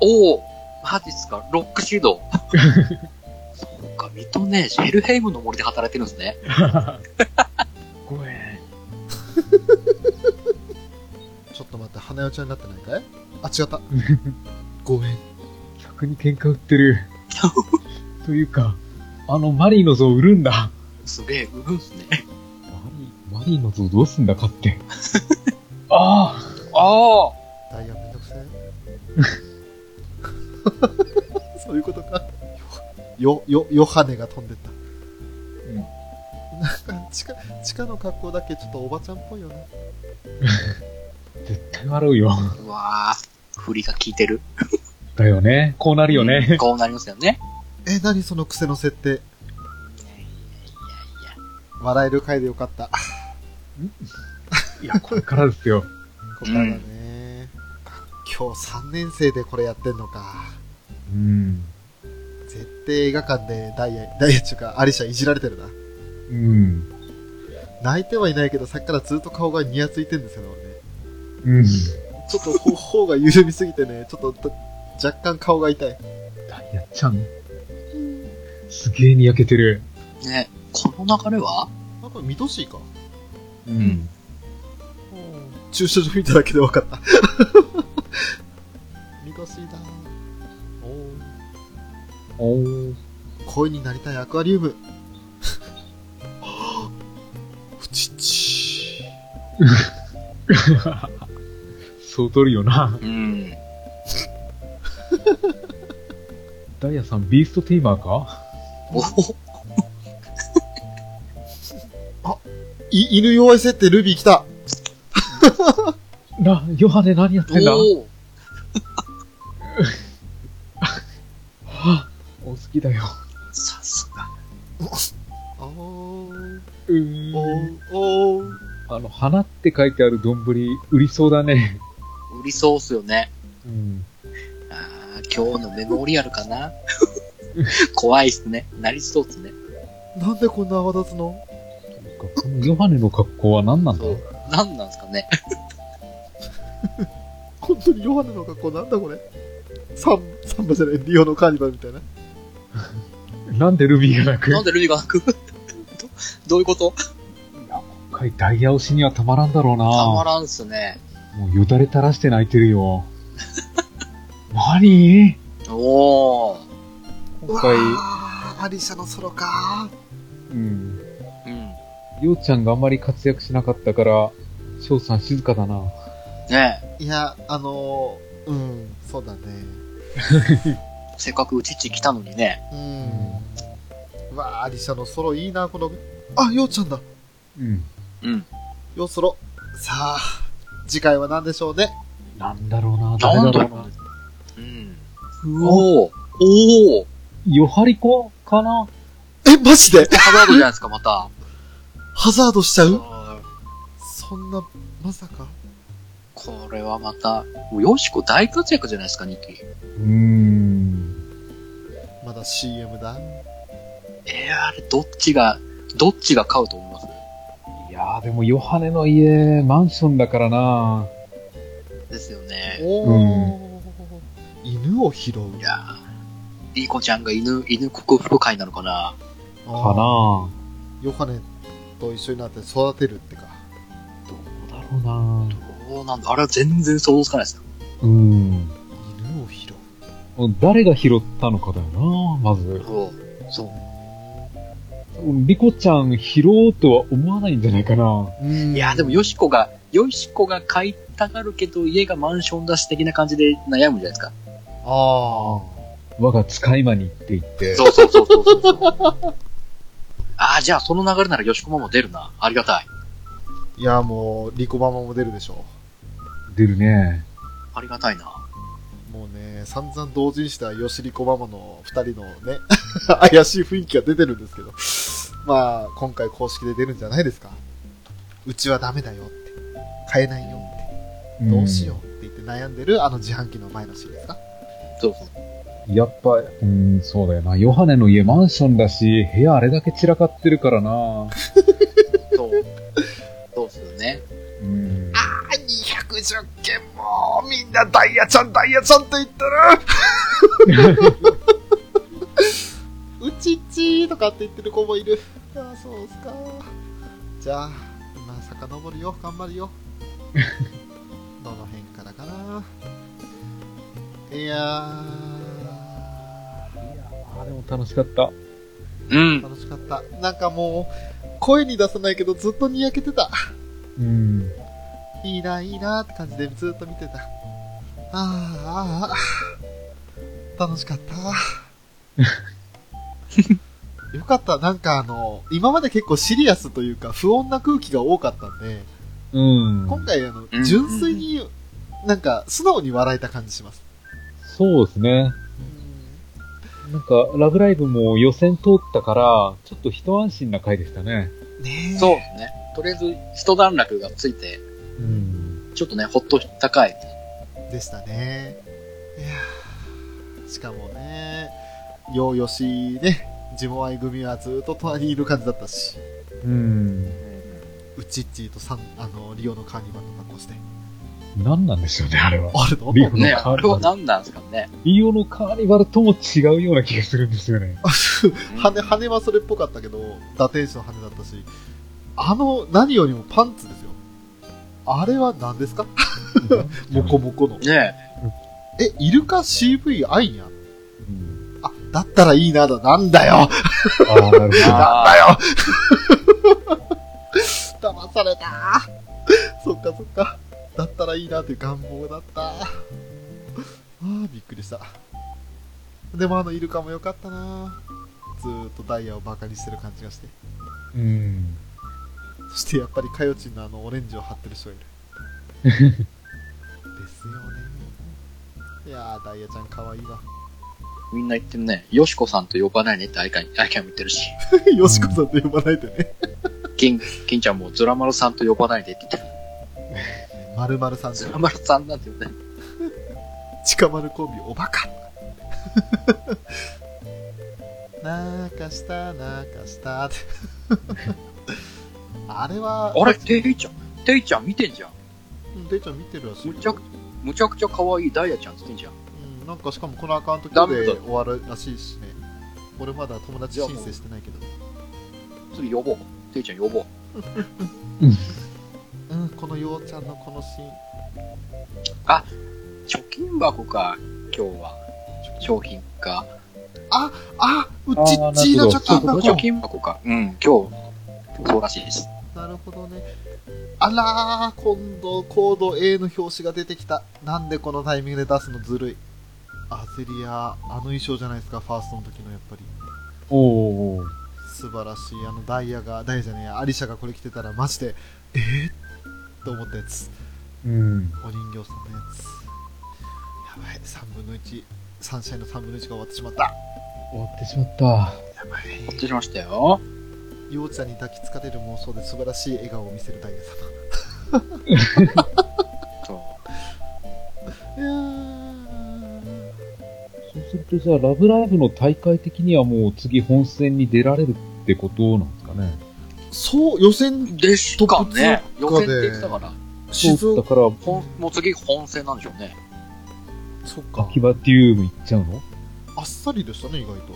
Speaker 2: おおマジっすかロックシー ド。そうか、水戸ね、シェルヘイムの森で働いてるんですね。
Speaker 3: ごめん。
Speaker 6: ちょっと待って、花代ちゃんになってないかいあ、違 った。ごめん。
Speaker 3: 逆に喧嘩売っ てる。というか、あの、マリーの像売るんだ。
Speaker 2: すげえ、うぶんっすね。
Speaker 3: マリー、マリーの像どうすんだか って。あ
Speaker 2: ああ
Speaker 6: ダイヤめんどくせえ。 そういうことか。よ、よ、ヨハネが飛んでった。なんか、地下、地下の格好だけちょっとおばちゃんっぽいよね。
Speaker 3: あ、絶対笑うよ。
Speaker 2: うわあ振りが効いてる。
Speaker 3: だよね。こうなるよね。
Speaker 2: こうなりますよね。
Speaker 6: え、何その癖の設定。笑える回でよかった。こ
Speaker 3: いや、これからですよ。
Speaker 6: こからだね。今日3年生でこれやってんのか。
Speaker 3: うん。
Speaker 6: 絶対映画館でダイヤ、ダイヤっていうか、アリシャいじられてるな。
Speaker 3: うん。
Speaker 6: 泣いてはいないけど、さっきからずっと顔がニヤついてんですよね、俺ね。
Speaker 3: うん。
Speaker 6: ちょっとほ頬が緩みすぎてね、ちょっとと若干顔が痛い。
Speaker 3: ダイヤちゃん。すげえに焼けてる。
Speaker 2: ね、この流れは
Speaker 6: あ、これ、水戸市か。
Speaker 3: うん。
Speaker 6: 駐車場見ただけで分か った。水戸市だ。おー
Speaker 3: おー。
Speaker 6: 恋になりたいアクアリウム。ふちっち。
Speaker 3: そう取るよな。
Speaker 2: うん。
Speaker 3: ダイヤさん、ビーストテーマーか
Speaker 2: おお
Speaker 6: い、犬弱い設定ルビー来た。
Speaker 3: な、ヨハネ何やってんだ
Speaker 2: おお
Speaker 3: はあお好きだよ。
Speaker 2: さすが。
Speaker 6: あー。
Speaker 3: うー
Speaker 6: おー、おー。
Speaker 3: あの、花って書いてある丼、売りそうだね。
Speaker 2: 売りそうっすよね。
Speaker 3: うん。
Speaker 2: ああ、今日のメモリアルかな怖いっすね。なりそうっすね。
Speaker 6: なんでこんな泡立つの
Speaker 3: このヨハネの格好は何なんだ
Speaker 2: そう。なんなんすかね。
Speaker 6: 本当にヨハネの格好なんだこれサンサンバじゃないリオのカーニバルみたいな
Speaker 3: なんでルビーがなく
Speaker 2: なんでルビが泣く どどういうこと
Speaker 3: 今回ダイヤ推しにはたまらんだろうな。
Speaker 2: たまらんっすね。
Speaker 3: もうよだれ垂らして泣いて るよ。何
Speaker 2: おお。
Speaker 3: 今回、
Speaker 6: わーアリシャのソロか
Speaker 3: うん。
Speaker 2: うん。
Speaker 3: ようちゃんがあんまり活躍しなかったから、翔さん静かだな。
Speaker 2: ねえ。
Speaker 6: いやあのー、うんそうだね
Speaker 2: せっかくうちっち来たのにね。
Speaker 6: うんうわーアリシャのソロいいなこのあようちゃんだ
Speaker 3: うん。
Speaker 2: うん。
Speaker 6: ようソロさあ次回は何でしょうね
Speaker 3: なんだろうな、
Speaker 2: なんだ
Speaker 3: 誰だ
Speaker 2: ろ
Speaker 3: ろうな。
Speaker 2: うん。おお。おお。
Speaker 3: よはりこかな
Speaker 6: え、マジで
Speaker 2: ハザードじゃないですか、また。
Speaker 6: ハザードしちゃう
Speaker 2: あー
Speaker 6: そんな、まさか。
Speaker 2: これはまた、もうヨシコ大活躍じゃないですか、2期。
Speaker 4: うーん。
Speaker 6: まだ CM だ。
Speaker 2: えー、あれ、どっちが、どっちが買うと思います
Speaker 3: いやー、でも、ヨハネの家、マンションだからな
Speaker 2: ですよね。
Speaker 6: おー。犬を拾う
Speaker 2: い。やーリーコちゃんが犬、犬克服会なのかな
Speaker 3: か
Speaker 6: あ
Speaker 3: な
Speaker 6: ーヨハネと一緒になって育てるってか。
Speaker 3: だろうな
Speaker 2: どうなんだあれは全然想像つかないですよ。
Speaker 3: うん。
Speaker 6: 犬を拾う。
Speaker 3: 誰が拾ったのかだよなまず。
Speaker 2: そう。
Speaker 3: リコちゃん拾おうとは思わないんじゃないかな。
Speaker 6: うん
Speaker 2: いやーでもヨシコが、ヨシコが買いたがるけど、家がマンションだし的な感じで悩むじゃないですか。
Speaker 6: あ
Speaker 3: 我が使い魔にって言って。
Speaker 2: そうそうそうそうそうそう。 ああ、じゃあその流れならヨシコマも出るな。ありがたい。
Speaker 6: ー。いや、もう、リコママも出るでしょ
Speaker 4: 出るね。
Speaker 2: ありがたいな。
Speaker 6: う。もうね、散々同時にしたヨシリコママの二人のね、 怪しい雰囲気が出てるんですけど。まあ、今回公式で出るんじゃないですか。うちはダメだよって。買えないよっ
Speaker 4: ん
Speaker 6: て。どうしようって言って悩んでるあの自販機の前のシーンですか。
Speaker 2: そうそう。
Speaker 4: やっぱ、う
Speaker 3: うん、そうだよな。ヨハネの家マンションだし、部屋あれだけ散らかってるからな
Speaker 2: そう。そうっすよね。
Speaker 4: ん。
Speaker 6: あ210件もみんなダイヤちゃんダイヤちゃんと言ってるうちっちーとかって言ってる子もいるああそうっすかじゃあ今遡るよ頑張るよどの辺からかないや
Speaker 3: あでも楽しかった。
Speaker 2: うん
Speaker 6: ー。楽しかったなんかもう声に出さないけどずっとにやけてた
Speaker 3: うん。
Speaker 6: いいな、いいなって感じでずっと見てた。あーあー、あー楽しか った。よかった、なんかあの、今まで結構シリアスというか不穏な空気が多かったんで、
Speaker 3: うん。
Speaker 6: 今回あの
Speaker 2: うん、
Speaker 6: 純粋に、なんか素直に笑えた感じします。
Speaker 3: そうですね。なんか、ラブライブも予選通ったから、ちょっと一安心な回でしたね。
Speaker 6: ねえ。
Speaker 2: そうですね。とりあえず、一段落がついて、
Speaker 3: うん。
Speaker 2: ちょっとね、ほっとしたかい。
Speaker 6: でしたね。いやーしかもね、ようよしね、ジモアイ組はずっと隣にいる感じだったし。
Speaker 3: うん。
Speaker 6: うちっちーとサンあのリオのカーニバルの格好して。
Speaker 3: 何なんでしょうね、あれは。
Speaker 6: あれどう
Speaker 3: リオの
Speaker 2: ね、
Speaker 3: カ
Speaker 2: あ
Speaker 3: ー
Speaker 2: れ
Speaker 3: ニバ
Speaker 2: は
Speaker 3: ル。
Speaker 2: 何なんですかね。
Speaker 3: リオのカーニバルとも違うような気がするんですよ ね。
Speaker 6: 羽、羽はそれっぽかったけど、打天使の羽だったし、あの、何よりもパンツですよ。あれは何ですかモコモコの。
Speaker 2: ね
Speaker 6: え、イルカ CVI にゃ
Speaker 3: うん
Speaker 6: あ、だったらいいなだ、なんだよ
Speaker 3: ああ、なるほど。
Speaker 2: え。ああ、
Speaker 6: 騙されたそっかそっか。だったらいいなっていう願望だった。ああ、びっくりした。でもあのイルカも良かったなずーっとダイヤをバカにしてる感じがして。
Speaker 3: うん。
Speaker 6: そしてやっぱりかよちんのあのオレンジを貼ってる人がいる。 ですよね。いやー、ダイヤちゃん可愛いわ。
Speaker 2: みんな言ってるね。よしこさんと呼ばないねってアイカン、アイカンも言ってるし。
Speaker 6: よしこさんと呼ばないでね。
Speaker 2: 金、金ちゃんもゾラマルさんと呼ばないでって言ってる。
Speaker 6: まるまるさんじゃ
Speaker 2: ゾ
Speaker 6: ん
Speaker 2: ラマルさんなんだよね。
Speaker 6: 近丸コンビおバカなんかしたなんかしたって あれは
Speaker 2: あれ、ていちゃん、ていちゃん見てんじゃん。
Speaker 6: うんデイちゃん見てるらしいよ
Speaker 2: むちゃく、むちゃくちゃ可愛いダイヤちゃんって言ってんじゃん。
Speaker 6: うん、なんかしかもこのアカウント
Speaker 2: ダ
Speaker 6: 今
Speaker 2: メだ
Speaker 6: 日で終わるらしいしね俺まだ友達申請してないけど
Speaker 2: 次呼ぼう。ていちゃん呼ぼう。
Speaker 6: うんこのようちゃんのこのシーン
Speaker 2: 貯金箱か、今日は。商品か。
Speaker 6: あうちっちー
Speaker 3: あーなるほど
Speaker 6: の貯
Speaker 2: あ、
Speaker 6: 金
Speaker 2: 貯
Speaker 6: 箱
Speaker 2: 金箱か。うん、今日、そうらしいです。
Speaker 6: なるほどねあらー今度コード A の表紙が出てきたなんでこのタイミングで出すのずるいアゼリアあの衣装じゃないですかファーストの時のやっぱり
Speaker 3: おーおー
Speaker 6: 素晴らしいあのダイヤがダイヤじゃねえやアリシャがこれ着てたらマジでえー、と思ったやつ
Speaker 3: うん。
Speaker 6: お人形さんのやつやばい3分の13試合の3分の1が終わってしまった
Speaker 3: 終わってしまった。
Speaker 2: こっちしましたよ。
Speaker 6: 幼稚園に抱きつかれる妄想で素晴らしい笑顔を見せるダイヤ様
Speaker 2: そう。
Speaker 6: いやー
Speaker 3: そうすると、じゃあ、ラブライブの大会的にはもう次本戦に出られるってことなんですかね。
Speaker 6: そう予選
Speaker 2: でしたね。
Speaker 6: ト
Speaker 2: 予選っ
Speaker 6: ップ通過で
Speaker 2: て言ってたから。
Speaker 6: 静
Speaker 3: だ
Speaker 6: 岡
Speaker 3: から、
Speaker 2: 本もう次本戦なんでしょうね。
Speaker 6: そっか
Speaker 3: 秋葉デューム行っちゃうの
Speaker 6: あっさりでしたね意外と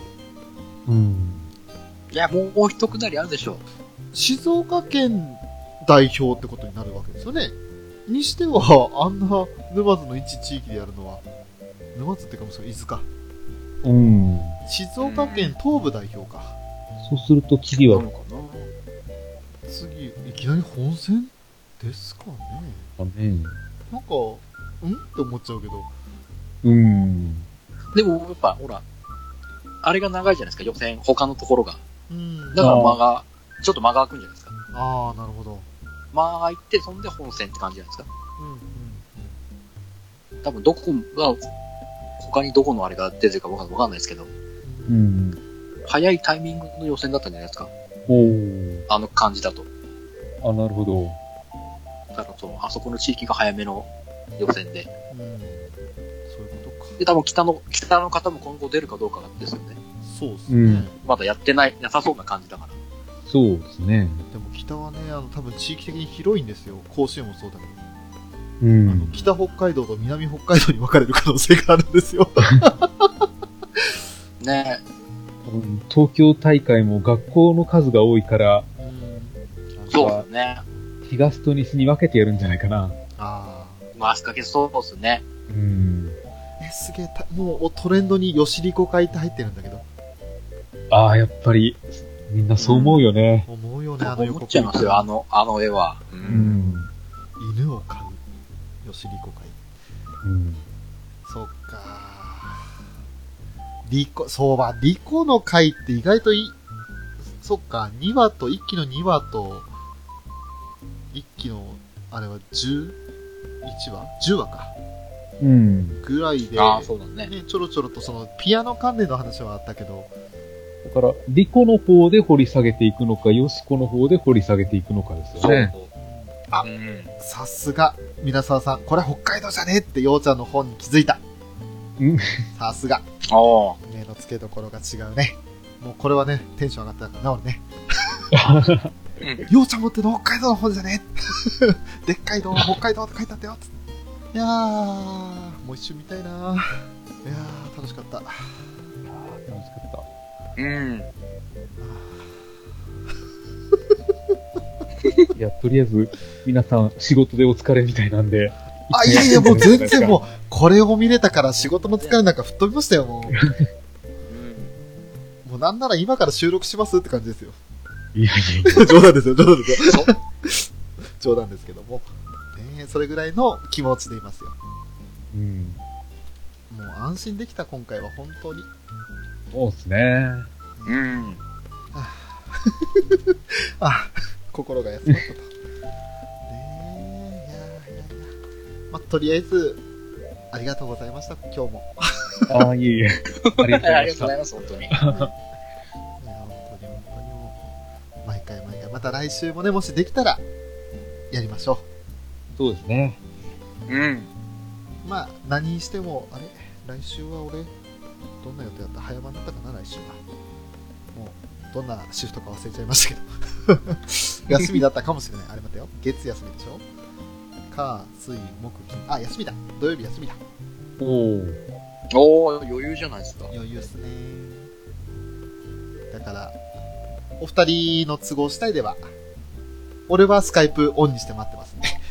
Speaker 3: うん。
Speaker 2: いや、もうもう一くだりあるでしょう。
Speaker 6: 静岡県代表ってことになるわけですよねにしてはあんな沼津の一地域でやるのは沼津っていうかもうそれ伊豆か
Speaker 3: うん。
Speaker 6: 静岡県東部代表か
Speaker 3: そうすると次は、
Speaker 6: 次いきなり本戦ですかねなんかうんって思っちゃうけど
Speaker 3: うん。
Speaker 2: でも、やっぱ、ほら、あれが長いじゃないですか、予選、他のところが。
Speaker 6: うん
Speaker 2: だから間が、ちょっと間が空くんじゃないですか。
Speaker 6: ああなるほど
Speaker 2: 間が空いて、そんで本戦って感じじゃないですか。
Speaker 6: うんうん
Speaker 2: 多分、どこが、他にどこのあれが出てるかわかんわかんないですけど、
Speaker 6: う
Speaker 3: うんん。
Speaker 2: 早いタイミングの予選だったんじゃないですか。
Speaker 3: おー。
Speaker 2: あの感じだと。
Speaker 3: あ、なるほど。
Speaker 2: だからそう、あそこの地域が早めの予選で。
Speaker 6: うんそういうことか
Speaker 2: で、多分北の、北の方も今後出るかどうかですよね。
Speaker 6: そうですね、
Speaker 3: うん
Speaker 2: まだやってない、なさそうな感じだから。
Speaker 3: そうですね。
Speaker 6: でも北はねあの多分地域的に広いんですよ甲子園もそうだけど
Speaker 3: う
Speaker 6: あの
Speaker 3: ん。
Speaker 6: 北北海道と南北海道に分かれる可能性があるんですよ。
Speaker 2: ね
Speaker 3: 東京大会も学校の数が多いから、なん
Speaker 2: そうで
Speaker 3: か
Speaker 2: すね。
Speaker 3: 東と西に分けてやるんじゃないかな。
Speaker 6: あ
Speaker 2: まあ、足掛けそうですね。
Speaker 3: うん。
Speaker 6: あ。え、すげえた、もうトレンドによしりこ会って入ってるんだけど。
Speaker 3: ああ、やっぱり、みんなそう思うよね。
Speaker 6: 思うよね、あの予
Speaker 2: 思
Speaker 6: 告
Speaker 2: っちゃいますよ、あの、あの絵は。う。
Speaker 3: うんん。
Speaker 6: 犬を飼う。よしりこ会。
Speaker 3: うん。
Speaker 6: そっか。リコ、そうば、リコの会って意外とい、そっか、2話と、1期の2話と、1期の、あれは11話 ?10 話か。
Speaker 3: うん。
Speaker 6: ぐらいで。
Speaker 2: ああ、そうだね。
Speaker 6: ね、ちょろちょろとそのピアノ関連の話はあったけど、
Speaker 3: だから、リコの方で掘り下げていくのか、ヨシコの方で掘り下げていくのかですよ
Speaker 2: そう
Speaker 3: ね。
Speaker 2: そう。あ、うん。
Speaker 6: さすが、皆沢さん、これは北海道じゃねえって、ようちゃんの本に気づいた。
Speaker 3: うん
Speaker 6: さすが、
Speaker 2: あ
Speaker 6: 目の付けどころが違うね。もうこれはね、テンション上がったからな、俺ね。ようちゃん持ってるの北海道の本じゃね えでっかいの北海道って書いてあったよ。つっていやー、もう一周見たいなー。いやー、楽しかった。
Speaker 3: 楽しかった。
Speaker 2: うん。
Speaker 3: いや、とりあえず、皆さん、仕事でお疲れみたいなんで。
Speaker 6: あ、いやいや、もう全然もう、これを見れたから仕事の疲れなんか吹っ飛びましたよ、もう。
Speaker 2: うん。
Speaker 6: もうなんなら今から収録しますって感じですよ。
Speaker 3: う。いやいやい
Speaker 6: 冗談ですよ、冗談ですよ。 冗談ですけども。ねえ、それぐらいの気持ちでいますよ。
Speaker 3: や。
Speaker 6: もう安心できた今回は本当に。
Speaker 3: うん。そうっすね。
Speaker 2: うん。
Speaker 6: あ、心が休まったと。ねえ、いやいやいや。まあ、とりあえず、ありがとうございました、今日も。
Speaker 3: ああ、いえいえ。ありがとうご ざ
Speaker 2: あ
Speaker 3: い
Speaker 2: り
Speaker 3: ま
Speaker 2: がとう
Speaker 3: し
Speaker 2: ございます、本
Speaker 3: た。
Speaker 2: 当に。
Speaker 6: いや、本当に本当にもう、毎回毎回、また来週もね、もしできたら、やりましょ
Speaker 3: そうですね。
Speaker 2: うん。
Speaker 6: う。まあ、何にしても、あれ来週は俺、どんな予定だった早番だったかな、来週は。もう、どんなシフトか忘れちゃいましたけど。 休みだったかもしれない。あれ待ってよ。月休みでしょ火、水、木、金。あ、休みだ。土曜日休みだ。
Speaker 3: おお。
Speaker 2: おお余裕じゃないですか。
Speaker 6: 余裕っすね。だから、お二人の都合次第では、俺はスカイプオンにして待ってますね。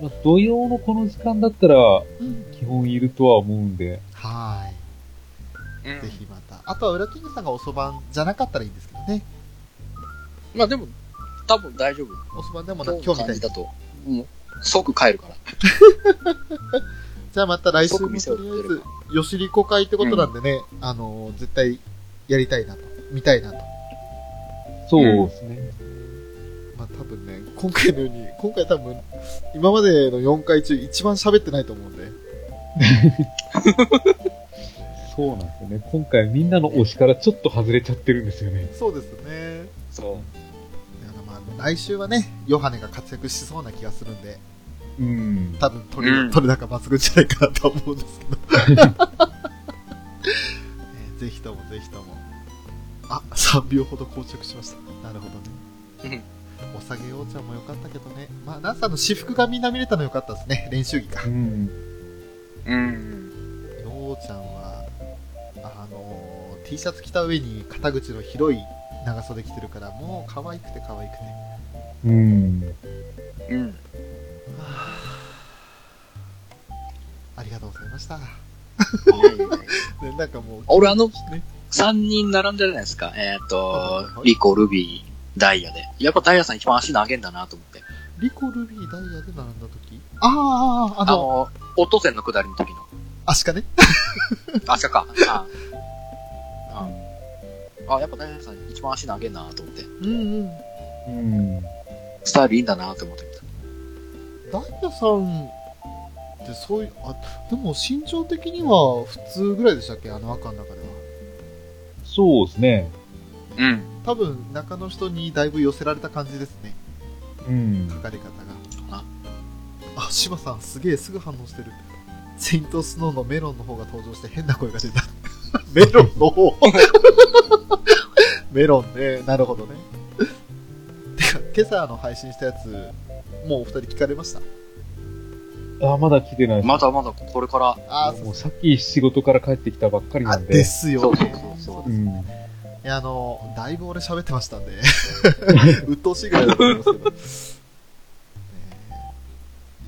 Speaker 3: まあ、土曜のこの時間だったら、基本いるとは思うんで。
Speaker 6: はーい。
Speaker 2: う
Speaker 6: ぜひまた。あとは、ウラキングさんが遅番じゃなかったらいいんですけどね。
Speaker 2: まあでも、多分大丈夫。
Speaker 6: 遅番でもな、
Speaker 2: 今日
Speaker 6: 今
Speaker 2: の感
Speaker 6: 日みたいに
Speaker 2: じ。だと、もう、即帰るから。
Speaker 6: じゃあまた来週
Speaker 2: 即
Speaker 6: も
Speaker 2: 店
Speaker 6: と
Speaker 2: を
Speaker 6: り
Speaker 2: 出
Speaker 6: あえ
Speaker 2: れ
Speaker 6: ず
Speaker 2: ば。、
Speaker 6: よしりこ会ってことなんでね、あのー、絶対やりたいなと。見たいなと。
Speaker 3: そうですね。
Speaker 6: まあ多分ね、今回のように、今回多分、今までの4回中一番喋ってないと思うんで。
Speaker 3: そうなんですよね。今回みんなの推しからちょっと外れちゃってるんですよね。
Speaker 6: そうですね。
Speaker 2: そ
Speaker 6: だからまあ、来週はね、ヨハネが活躍しそうな気がするんで、
Speaker 3: うん。
Speaker 6: 多分取れ、
Speaker 2: うん
Speaker 6: 取れ高抜群じゃないかなと思うんですけど。えーぜひともぜひとも。あ、3秒ほど硬直しました。なるほどね。おさげおうちゃんも良かったけどね。まあ、ナさんの私服がみんな見れたの良かったですね。練習着か
Speaker 3: う。ん。
Speaker 2: う。うん。
Speaker 6: ようちゃんは、あのー T シャツ着た上に肩口の広い長袖着てるから、もう可愛くて可愛くて。
Speaker 3: うん。
Speaker 2: うん。
Speaker 6: ありがとうございました。
Speaker 2: うん
Speaker 6: ね、なんかもう、
Speaker 2: 俺あの
Speaker 6: ね、
Speaker 2: 三人並んでるじゃないですか。えっ、と
Speaker 6: は、い
Speaker 2: リコ、ルビー、ダイヤで。やっぱダイヤさん一番足投げんだなと思って。
Speaker 6: リコ、ルビー、ダイヤで並んだ時ああ、あ
Speaker 2: あ
Speaker 6: の、
Speaker 2: の、オットセンの下りの時の。
Speaker 6: アシカね。
Speaker 2: あ、違うか。あああ、やっぱダイヤさん一番足投げんなと思って。
Speaker 6: うんうん。
Speaker 3: うん。
Speaker 2: スタイルいいんだなと思って見た。
Speaker 6: ダイヤさんってそういう、あ、でも身長的には普通ぐらいでしたっけあの赤の中では。
Speaker 3: そうですね。
Speaker 2: うん。
Speaker 6: 多分、中の人にだいぶ寄せられた感じですね。
Speaker 3: うん。
Speaker 6: 書かれ方が
Speaker 2: あ。
Speaker 6: あ、シマさん、すげえ、すぐ反応してる。セイントスノーのメロンの方が登場して変な声が出 た。メロンの 方メロンね、なるほどね。てか、今朝の配信したやつ、もうお二人聞かれました。
Speaker 3: あ、まだ来てない。
Speaker 2: まだまだこれから。
Speaker 6: あー、
Speaker 3: も
Speaker 6: そう
Speaker 3: さっき仕事から帰ってきたばっかりな
Speaker 6: あ
Speaker 3: ん
Speaker 6: で
Speaker 3: で。
Speaker 6: すよね。
Speaker 2: そうそうそう
Speaker 3: う
Speaker 6: い
Speaker 3: ん。
Speaker 6: や、あの、だいぶ俺喋ってましたんで、鬱陶しいぐらいだと思いますけど。ね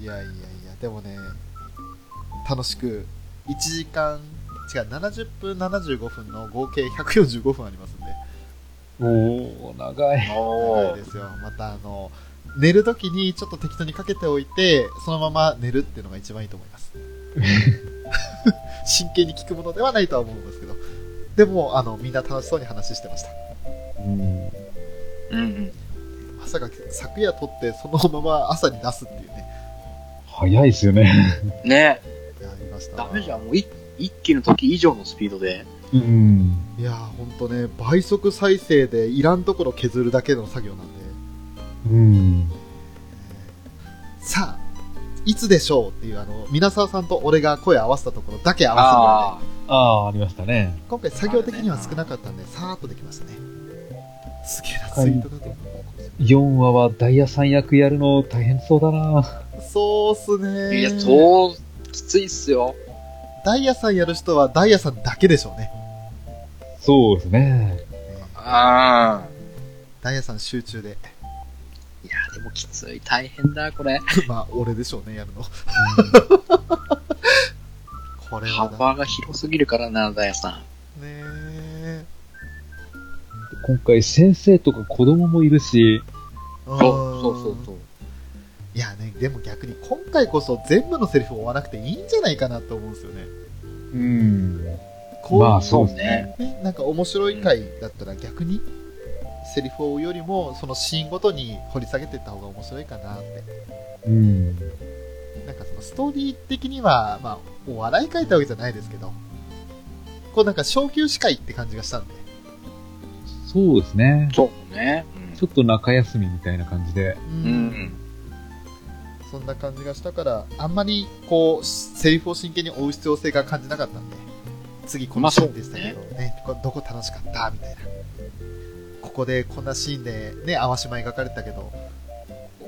Speaker 6: えいやいやいや、でもね、楽しく、1時間、違う、70分75分の合計145分ありますんで、
Speaker 3: おー、長い。
Speaker 6: 長いですよ。また、あの、寝るときにちょっと適当にかけておいて、そのまま寝るっていうのが一番いいと思います。真剣に聞くものではないとは思うんですけど、でも、あの、みんな楽しそうに話してました。
Speaker 3: うん。
Speaker 2: うんうん。
Speaker 6: まさか昨夜撮ってそのまま朝に出すっていうね。
Speaker 3: 早いですよね。
Speaker 2: ね
Speaker 6: やりました。
Speaker 2: ダメじゃん。もうい一気の時以上のスピードで。
Speaker 3: うん。
Speaker 6: いやー、ほんとね、倍速再生でいらんところ削るだけの作業なんで。
Speaker 3: うん。
Speaker 6: さあ、いつでしょうっていう、あの、皆沢さんと俺が声合わせたところだけ合わ
Speaker 2: あ
Speaker 3: ああ、ありましたね。
Speaker 6: せるので、今回作業的には少なかったんで、さーっとできましたね。すげえな、
Speaker 3: は
Speaker 6: ツ
Speaker 3: い
Speaker 6: イートだと思う。
Speaker 3: 4話はダイヤさん役やるの大変そうだな。
Speaker 6: そうっすね
Speaker 2: あ。
Speaker 6: ー。
Speaker 2: いや、そう、きついっすよ。
Speaker 6: ダイヤさんやる人はダイヤさんだけでしょうね。
Speaker 3: そうですね。
Speaker 2: ああ。
Speaker 6: ダイヤさん集中で。
Speaker 2: いや、でもきつい。大変だ、これ。
Speaker 6: まあ、俺でしょうね、やる の。これはだ
Speaker 2: 幅が広すぎるからな、ダイヤさん。
Speaker 6: ねえ。
Speaker 3: 今回先生とか子供もいるし、
Speaker 6: そ
Speaker 2: そうそうそうそう。
Speaker 6: いやね、でも逆に今回こそ全部のセリフを追わなくていいんじゃないかなと思うんですよね。
Speaker 3: うん。
Speaker 6: こういう、
Speaker 3: まあそうです
Speaker 2: ね。
Speaker 6: ね、なんか面白い回だったら逆に、セリフを追うよりも、そのシーンごとに掘り下げていった方が面白いかなって。
Speaker 3: うん。
Speaker 6: なんかそのストーリー的には、まあ、お笑い書いたわけじゃないですけど、こうなんか小休止会って感じがしたんで。
Speaker 3: そうですね。
Speaker 2: そうね。うん
Speaker 3: ちょっと中休みみたいな感じで。
Speaker 2: う。ん。
Speaker 6: そんな感じがしたから、あんまりこう、セリフを真剣に追う必要性が感じなかったんで、次このシーンでしたけど、ね、こどこ楽しかったみたいな。ここでこんなシーンでね、淡島描かれてたけど、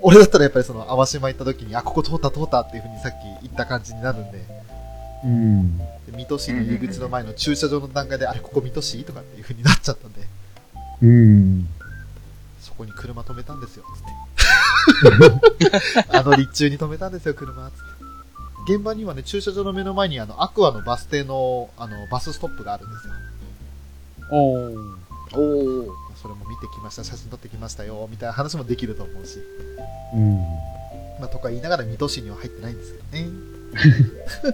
Speaker 6: 俺だったらやっぱりその淡島行った時に、あ、ここ通った通ったっていう風にさっき言った感じになるんで、
Speaker 3: うん。
Speaker 6: で水戸市の入り口の前の駐車場の段階で、あれここ水戸市とかっていう風になっちゃったんで、
Speaker 3: うん。
Speaker 6: そこに車止めたんですよ、 つって。あの立中に止めたんですよ、車、つって。現場にはね、駐車場の目の前に、あの、アクアのバス停の、あの、バスストップがあるんですよ。
Speaker 3: おー。
Speaker 2: おお。
Speaker 6: それも見てきました、写真撮ってきましたよ、みたいな話もできると思うし。
Speaker 3: うん。
Speaker 6: まあ、とか言いながら、水戸市には入ってないんですけどね。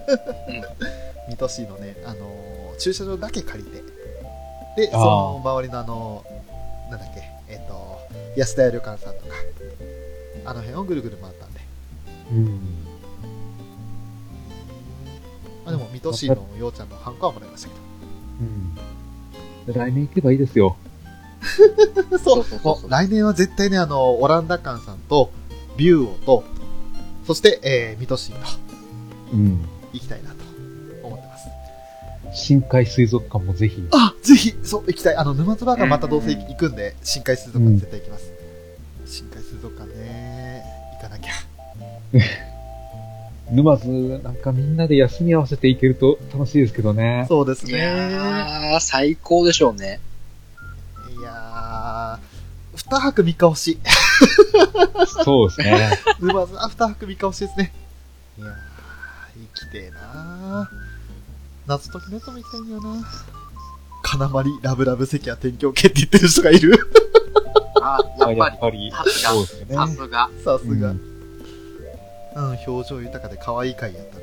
Speaker 6: 水戸市のね、あのー駐車場だけ借りて。で、そ
Speaker 3: あー
Speaker 6: の周りのあのーなんだっけ、えっ、と、安田屋旅館さんとか、あの辺をぐるぐる回ったんで。
Speaker 3: うん。
Speaker 6: まあ、でも、水戸市のようちゃんのハンコはもらいましたけど。
Speaker 3: うん。来年行けばいいですよ。
Speaker 6: そう。
Speaker 2: そうそう
Speaker 6: も
Speaker 2: そう
Speaker 6: う来年は絶対ね、あの、オランダ館さんと、ビューオと、そして、えー、水戸市と
Speaker 3: うん。
Speaker 6: 行きたいなと思ってます。
Speaker 3: 深海水族館もぜひ。
Speaker 6: あ、ぜひ、そう、行きたい。あの、沼津バーガーまたどうせ行くんで、深海水族館絶対行きます。深海水族館ね、行かなきゃ。
Speaker 3: 沼津なんかみんなで休み合わせて行けると楽しいですけどね。
Speaker 6: そうです
Speaker 2: い
Speaker 6: ね。いや
Speaker 2: やー、最高でしょうね。
Speaker 6: ー、2泊3日欲しい。
Speaker 3: そうですね。
Speaker 6: 沼津、あ、2泊3日欲しいですね。いやー、行きてえなー。謎解きのやつも行きたいんだよな。金まり、ラブラブ関は天境系って言ってる人がいる。
Speaker 1: あ、
Speaker 3: あ
Speaker 1: やっ
Speaker 3: や
Speaker 1: ぱ
Speaker 3: っ
Speaker 1: り。
Speaker 3: ぱ
Speaker 1: さ。
Speaker 3: り
Speaker 1: すが
Speaker 3: そうですね。
Speaker 1: さすが。
Speaker 6: さすが。
Speaker 3: う
Speaker 6: うんん、表情豊かで可愛い回やったな。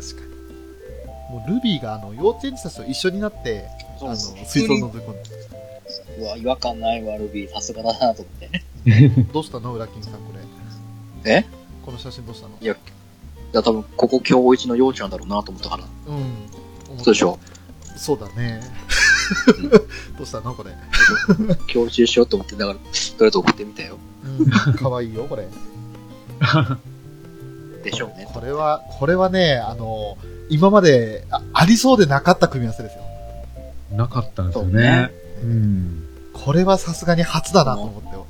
Speaker 6: 確かに。もう、ルビーがあの、幼稚園児たちと一緒になって、あの、水槽のとこに。
Speaker 2: うわ、違和感ないわ、ルビー。さすがだなと思って。
Speaker 6: どうしたの裏金さん、これ。
Speaker 2: え
Speaker 6: この写真どうしたの
Speaker 2: いや、いや多分、ここ今日一の幼稚なんだろうなと思ったから。
Speaker 6: うん。
Speaker 2: そうでしょ
Speaker 6: そうだね。 どうしたのこれ。
Speaker 2: 今日一しようと思って、だから、とりあえず送ってみたよ。
Speaker 6: うん、かわいいよ、これ。
Speaker 2: でしょうね。
Speaker 6: これは、これはね、あの、今まであありそうでなかった組み合わせですよ。
Speaker 3: なかったんですよ
Speaker 2: そうね
Speaker 3: ね。うん。
Speaker 6: これはさすがに初だなと思ってよ。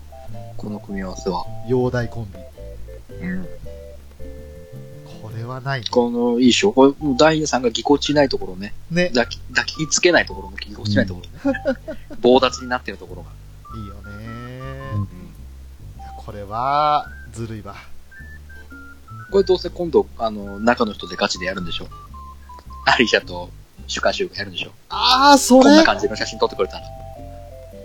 Speaker 2: この組み合わせは。
Speaker 6: 洋大コンビ。これはないね。
Speaker 2: この、いいでしょこれ、もうダイヤさんがぎこちないところね。
Speaker 6: ね。
Speaker 2: 抱き、抱きつけないところもぎこちないところね。棒立ちになってるところが。
Speaker 6: いいよね、
Speaker 3: うん
Speaker 6: いやこれは、ずるいわ。
Speaker 2: これどうせ今度、あの、中の人でガチでやるんでしょアリシャと、シュカシュウがやるんでしょ
Speaker 6: ああ、そ
Speaker 2: こん
Speaker 6: れ
Speaker 2: な感じの写真撮ってくれたら。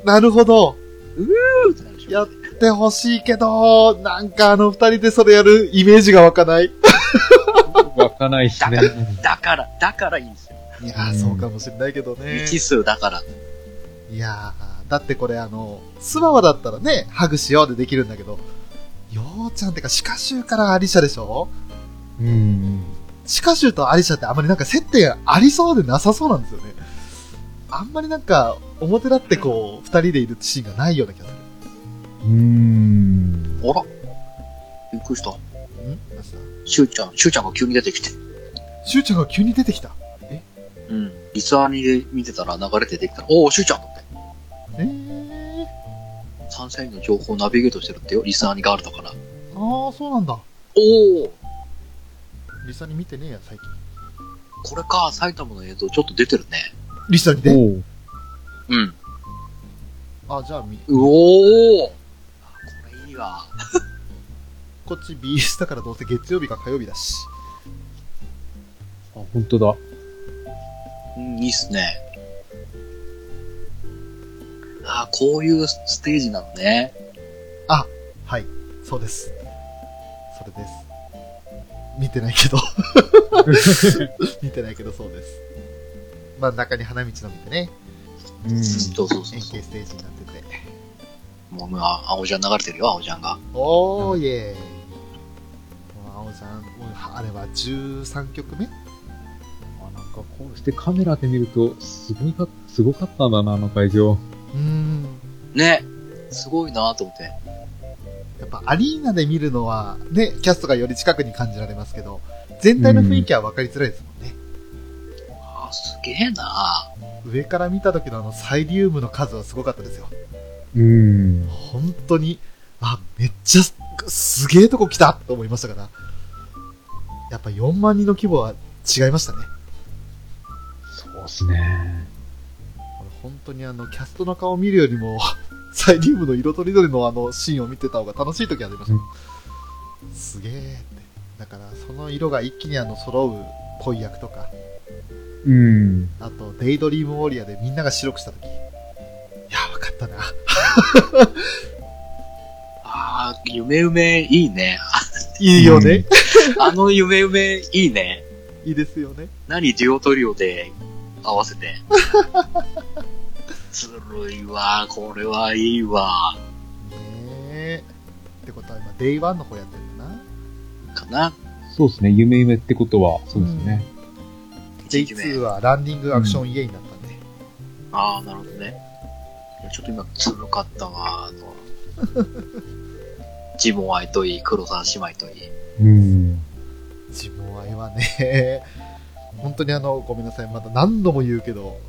Speaker 6: なるほど。
Speaker 2: うーってなるでしょ
Speaker 6: やってほしいけど、なんかあの二人でそれやるイメージが湧かない。
Speaker 3: 湧かないしね。
Speaker 2: だから、だからいいんですよ。
Speaker 6: いやー、そうかもしれないけどね。
Speaker 2: 未知数だから。
Speaker 6: いやー、だってこれあの、スワワだったらね、ハグしようでできるんだけど、ようちゃんってか、シカシュウからアリシャでしょ
Speaker 3: うん。
Speaker 6: シカシュウとアリシャってあんまりなんか接点ありそうでなさそうなんですよね。あんまりなんか、表立ってこう、二人でいるシーンがないような気がする。
Speaker 3: うん。
Speaker 2: あらびっくりした。
Speaker 6: んどうした
Speaker 2: シュウちゃん、シュウちゃんが急に出てきて。
Speaker 6: シュウちゃんが急に出てきた。
Speaker 2: うん。リツアーにで見てたら流れて出てきたら、おお、シュウちゃんだって。
Speaker 6: えー、
Speaker 2: 3歳の情報をナビゲートしてるってよ。リツアーにガールだから。
Speaker 6: ああ、そうなんだ。
Speaker 2: おお
Speaker 6: リサに見てねえや、最近。
Speaker 2: これか、埼玉の映像ちょっと出てるね。
Speaker 6: リサにね。
Speaker 3: おう
Speaker 2: うん。
Speaker 6: あ、じゃあ見、
Speaker 2: うおーこれいいわ。
Speaker 6: こっち BS だからどうせ月曜日か火曜日だし。
Speaker 3: あ、本当 だ。
Speaker 2: うん、いいっすね。ああ、こういうステージなのね。
Speaker 6: はい、そうです。それです。見てないけど。 見てないけど、そうです。真ん中に花道伸びてね、
Speaker 3: うん。
Speaker 2: そうそうそう
Speaker 6: 円
Speaker 2: そ
Speaker 6: 形ステージになってて。
Speaker 2: う。もう、あ青ちゃん流れてるよ、青ちゃんが。
Speaker 6: おー、イエーイ。もう、青ちゃん、もうあれは13曲目
Speaker 3: あなんかこうしてカメラで見ると、すごいか、すごかったんだな、あの会場。
Speaker 6: うーん。
Speaker 2: ね。すごいなと思って。
Speaker 6: やっぱアリーナで見るのは、ね、キャストがより近くに感じられますけど、全体の雰囲気は分かりづらいですもんね。
Speaker 2: ああ、すげえな
Speaker 6: 上から見た時のあのサイリウムの数はすごかったですよ。
Speaker 3: うん。
Speaker 6: 本当に、あ、めっちゃすすげえとこ来たと思いましたから。やっぱ4万人の規模は違いましたね。
Speaker 3: そうですね。
Speaker 6: 本当にあの、キャストの顔を見るよりも、 サイリウムの色とりどりのあのシーンを見てた方が楽しい時はありました。すげえって。だから、その色が一気にあの、揃う恋役とか、
Speaker 3: うん。
Speaker 6: あと、デイドリームウォリアーでみんなが白くした時。いや、わかったな。
Speaker 2: ああ、夢夢いいね。
Speaker 6: いいよね。
Speaker 2: あの夢夢いいね。
Speaker 6: いいですよね。
Speaker 2: 何デュオトリオで合わせて。 ずるいわ、これはいいわ。
Speaker 6: ねえ。ってことは今、デイワンの方やってるんだな。
Speaker 2: かな。
Speaker 3: そうですね。夢夢ってことは、そうですね。
Speaker 2: 1日目
Speaker 6: J2 はランディングアクションイエイになったんで。
Speaker 2: ああ、なるほどね。いやちょっと今、つむかったわ、あの、ジモン愛といい、黒沢姉妹といい。
Speaker 3: うん。
Speaker 6: 自分は今ね、本当にあの、ごめんなさい、また何度も言うけど、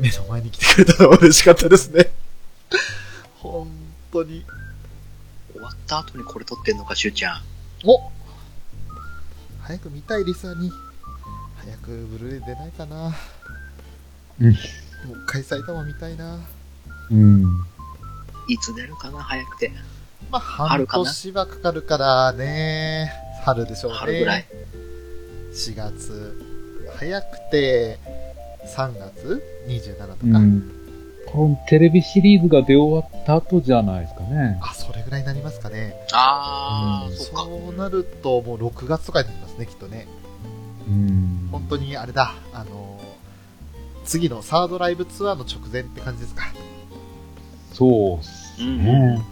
Speaker 6: 目の前に来てくれたのは嬉しかったですね。本当に。
Speaker 2: 終わった後にこれ撮ってんのか、しゅうちゃん。
Speaker 6: お早く見たいリサに。早くブルーレイ出ないかな。
Speaker 3: うん
Speaker 6: もう一回埼玉見たいな。
Speaker 3: うん。
Speaker 2: いつ出るかな、早くて。
Speaker 6: まあ、半
Speaker 2: 春かな
Speaker 6: 年はかかるからね。春でしょうね。
Speaker 2: 春ぐらい。
Speaker 6: 4月。早くて、3月 ?27 とか。
Speaker 3: うん。多分テレビシリーズが出終わった後じゃないですかね。
Speaker 6: あ、それぐらいになりますかね。
Speaker 2: ああ、
Speaker 3: うん
Speaker 2: そっか。
Speaker 6: そうなると、もう6月とかになりますね、きっとね。
Speaker 3: うん。
Speaker 6: 本当にあれだ、あのー次のサードライブツアーの直前って感じですか。
Speaker 3: そうっす
Speaker 2: うん。
Speaker 3: ね。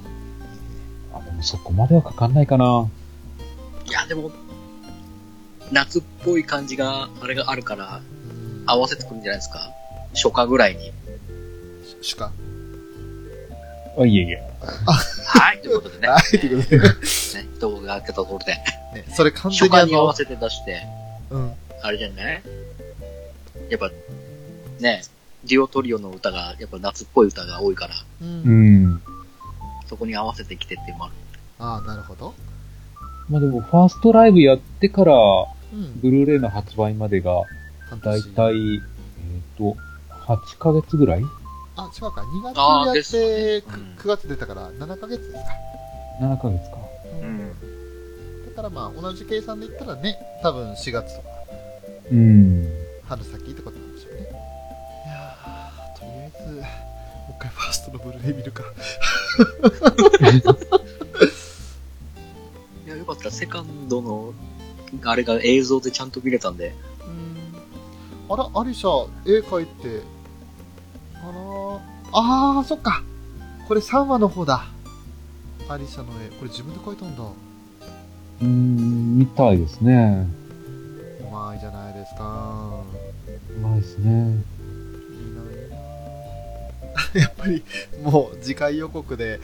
Speaker 3: あ、でもそこまではかかんないかな。
Speaker 2: いや、でも、夏っぽい感じが、あれがあるから、
Speaker 6: うん
Speaker 2: 合わせてくるんじゃないですか。初夏ぐらいに。
Speaker 6: 主か。
Speaker 3: あ、いえいえ。
Speaker 2: はい、ということでね。
Speaker 6: はい、ということで。
Speaker 2: ね、動画が開けたところで。
Speaker 6: ね、それ完全
Speaker 2: 初
Speaker 6: にあ
Speaker 2: 夏に合わ
Speaker 6: の、
Speaker 2: せて出して、
Speaker 6: うん。
Speaker 2: あれじゃないやっぱ、ね、デュオトリオの歌が、やっぱ夏っぽい歌が多いから、
Speaker 6: う。
Speaker 3: うんん。
Speaker 2: そこに合わせてきてっていうのもある。
Speaker 6: ああ、なるほど。
Speaker 3: まあでも、ファーストライブやってから、
Speaker 6: うん。
Speaker 3: ブルーレイの発売までが、
Speaker 6: 半
Speaker 3: だい
Speaker 6: 年。
Speaker 3: たい、えっ、と、8ヶ月ぐらい
Speaker 6: あ、違うか。2
Speaker 2: あーで
Speaker 6: 月
Speaker 2: すよね
Speaker 6: やって、
Speaker 2: うん
Speaker 6: 9, 月出たから7ヶ月ですか。
Speaker 3: ?7 ヶ月か。
Speaker 2: うん。
Speaker 6: だからまあ、同じ計算で言ったらね、多分4月とか、
Speaker 3: うん。
Speaker 6: 春先ってことなんでしょうね。いやー、とりあえず、もう一回ファーストのブルーレイ見るか。
Speaker 2: いや、よかった。セカンドの、あれが映像でちゃんと見れたんで、
Speaker 6: あら、アリシャ、絵描いて。あらー、あー、そっか。これ3話の方だ。アリシャの絵、これ自分で描いたんだ。
Speaker 3: うん、みたいですね。
Speaker 6: うまいじゃないですか。
Speaker 3: うまいですね。
Speaker 6: いいな、いいな。やっぱり、もう次回予告で、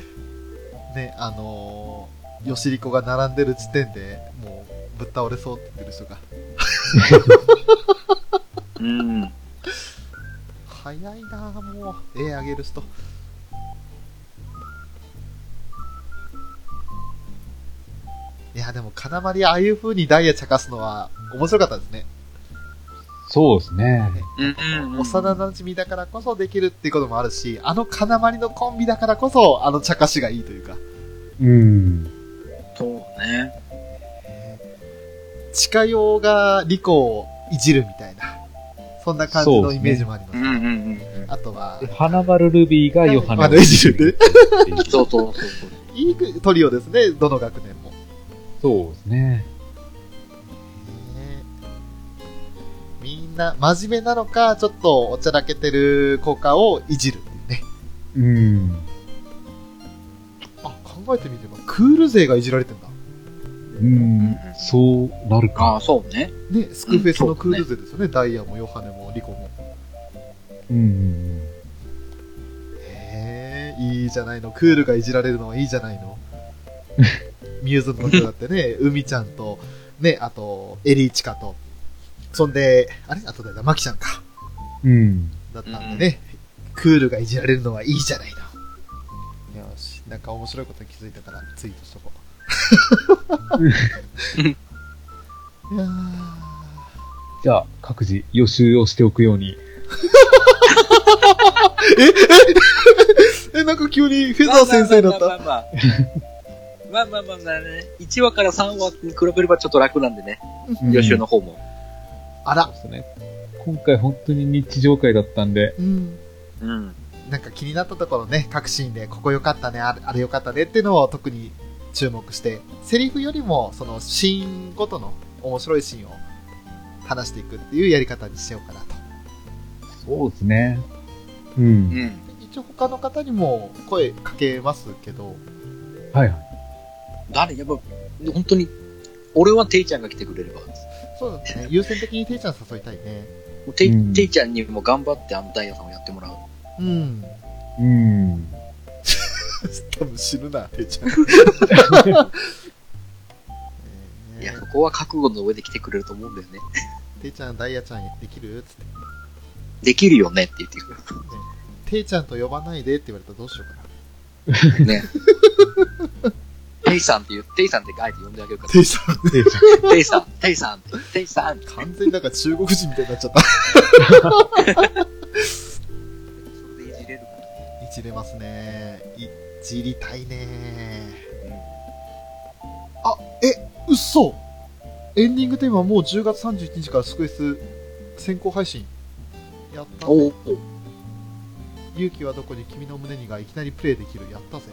Speaker 6: ね、あのー、ヨシリコが並んでる時点でもうぶっ倒れそうって言ってる人が
Speaker 2: うん。
Speaker 6: 早いなあもう絵あげる人いやでも金まりああいう風にダイヤ茶化すのは面白かったですね、
Speaker 3: そうですね。
Speaker 2: うん
Speaker 6: 幼なじみだからこそできるっていうこともあるしあの金まりのコンビだからこそあの茶化しがいいというか
Speaker 3: うん。
Speaker 2: そうね。
Speaker 6: 近用がリコをいじるみたいなそんな感じのイメージもあります
Speaker 2: うんうんうん。
Speaker 6: あとは
Speaker 3: で花丸ルビーがヨハネ
Speaker 6: あのいじるね
Speaker 2: そうそうそうそう。
Speaker 6: いいトリオですねどの学年も
Speaker 3: そうですね。
Speaker 6: ねみんな真面目なのか、ちょっとおちゃらけてる効果をいじるっていうね。
Speaker 3: うん。
Speaker 6: あ、考えてみれば、クール勢がいじられてんだ。
Speaker 3: うん。そうなる
Speaker 2: ああ、
Speaker 3: か。
Speaker 2: そうね。
Speaker 6: ね、スクフェスのクール勢ですよね。ダイヤもヨハネもリコも。
Speaker 3: うん。
Speaker 6: へえ、いいじゃないの。クールがいじられるのはいいじゃない の。ミューズの時だってね、海ちゃんと、ね、あと、エリーチカと。そんで、あれあと誰だ、マキちゃんか。
Speaker 3: うん。
Speaker 6: だったんでね、クールがいじられるのはいいじゃないの。よし、なんか面白いことに気づいたからツイートしとこう。いやー
Speaker 3: じゃあ、各自予習をしておくように。
Speaker 6: え、なんか急にフェザー先生だった。
Speaker 2: まあまあまあまあ。まあまあまあね。1話から3話に比べればちょっと楽なんでね。予習の。方も。
Speaker 6: あ
Speaker 3: そう
Speaker 6: ら、
Speaker 3: ですね。今回本当に日常会だったんで、
Speaker 6: うん。
Speaker 2: うん。
Speaker 6: なんか気になったところね、各シーンで、ここ良かったね、あれあれ良かったねっていうのを特に注目して、セリフよりも、そのシーンごとの面白いシーンを話していくっていうやり方にしようかなと。
Speaker 3: そうですね。うん。
Speaker 2: ん。
Speaker 6: 一応他の方にも声かけますけど、
Speaker 3: はいはい。
Speaker 2: 誰やっぱ、本当に、俺はていちゃんが来てくれれば。
Speaker 6: そうだね。優先的にていちゃん誘いたいね。
Speaker 2: うてい、
Speaker 3: うん
Speaker 2: ていちゃんにも頑張ってあのダイヤさんをやってもらう。
Speaker 6: うん。
Speaker 3: うん。
Speaker 6: 多分死ぬな、ていちゃん。
Speaker 2: いや、そこは覚悟の上で来てくれると思うんだよね。
Speaker 6: ていちゃん、ダイヤちゃんできるつって。
Speaker 2: できるよねって言ってく
Speaker 6: ていちゃんと呼ばないでって言われたらどうしようかな。
Speaker 2: る。ね。ていさんって言う、ていさんってあえて呼んであげるか
Speaker 6: ていちゃ
Speaker 2: ら。
Speaker 6: ん、
Speaker 2: ていさん、ていさん、ていさん。
Speaker 6: 完全になんか中国人みたいになっちゃった。
Speaker 2: それでいじれるか
Speaker 6: いじれますね。いじりたいね。あ、え、嘘エンディングテーマもう10月31日からスクエス先行配信。やった
Speaker 2: な。
Speaker 6: ぜ。
Speaker 2: おお。
Speaker 6: 勇気はどこに君の胸にがいきなりプレイできる。やったぜ。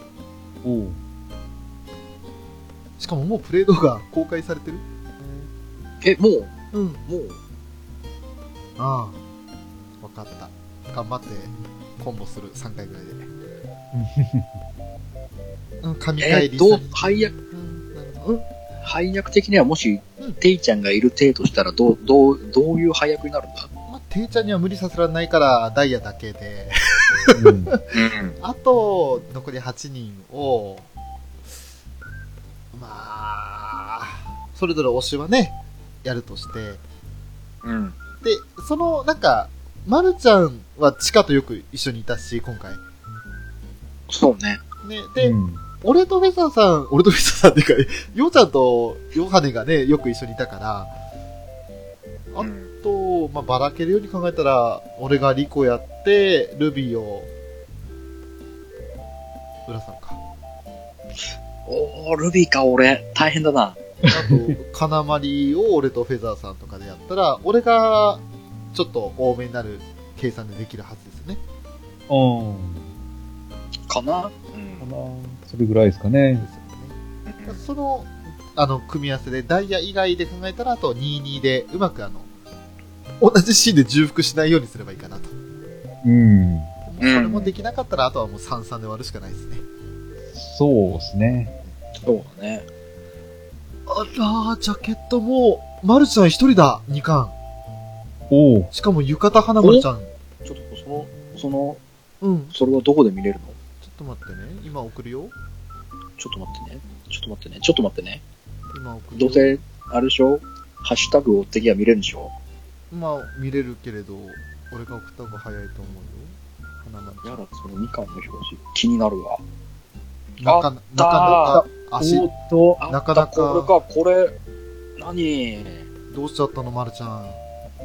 Speaker 3: おう
Speaker 6: しかももうプレイ動画公開されてる
Speaker 2: え、もう、
Speaker 6: うん。
Speaker 2: もう、
Speaker 6: ああ。わかった。頑張ってコンボする。3回ぐらいで。うん、神
Speaker 2: え
Speaker 6: 帰り
Speaker 2: ー、どう
Speaker 6: さ、
Speaker 2: 配役、
Speaker 6: うん、なるほど。うん
Speaker 2: 配役的にはもし
Speaker 6: うん、
Speaker 2: ていちゃんがいる体としたら、どう、どう、どういう配役になるんだ
Speaker 6: まあ、ていちゃんには無理させられないから、ダイヤだけ で。
Speaker 3: うん。
Speaker 2: うん。
Speaker 6: あと、残り8人を、まあ、それぞれ推しはね、やるとして。で、
Speaker 2: うん。
Speaker 6: その、なんか、まるちゃんはチカとよく一緒にいたし、今回。
Speaker 2: そうね。
Speaker 6: ね、で、
Speaker 3: うん
Speaker 6: 俺とフェザーさん、 俺とフェザーさんっていうか、ヨウちゃんとヨハネがね、よく一緒にいたから、あ
Speaker 2: うん
Speaker 6: と、まあ、ばらけるように考えたら、俺がリコやって、ルビーを、浦さんか。
Speaker 2: おおルビーか、俺。大変だな。
Speaker 6: あと、金まりを俺とフェザーさんとかでやったら、俺が、ちょっと多めになる計算でできるはずですね。
Speaker 3: うん。
Speaker 2: かなうん。
Speaker 3: かなそれぐらいですかね。
Speaker 6: その、あの、組み合わせで、ダイヤ以外で考えたら、あと22で、うまくあの、同じシーンで重複しないようにすればいいかなと。
Speaker 3: うん。
Speaker 6: それもできなかったら、あとはもう33で割るしかないですね。
Speaker 3: そうですね。
Speaker 2: そうだね。
Speaker 6: あらー、ジャケットも、マルちゃん一人だ、2巻。
Speaker 3: おう
Speaker 6: しかも浴衣花丸ちゃん。
Speaker 2: ちょっと、その、その、
Speaker 6: うん。ち
Speaker 2: そ
Speaker 6: ょ
Speaker 2: れはどこで見れるの
Speaker 6: っと待ってね。今送るよ。
Speaker 2: ちょっと待ってね。ちょっと待ってね。ちょっと待ってね。
Speaker 6: 今送る
Speaker 2: ど
Speaker 6: よ。
Speaker 2: うせ、あれでしょハッシュタグを追ってきゃ見れるんでしょ
Speaker 6: まあ、見れるけれど、俺が送った方が早いと思うよ。花丸ち
Speaker 2: や
Speaker 6: ゃん。
Speaker 2: だ、そのみかんの表紙、気になるわ。
Speaker 6: なかな
Speaker 2: た
Speaker 6: か、足、
Speaker 3: おっと、
Speaker 2: あ
Speaker 6: なかなか
Speaker 2: これか、これ、何
Speaker 6: どうしちゃったの、マルちゃ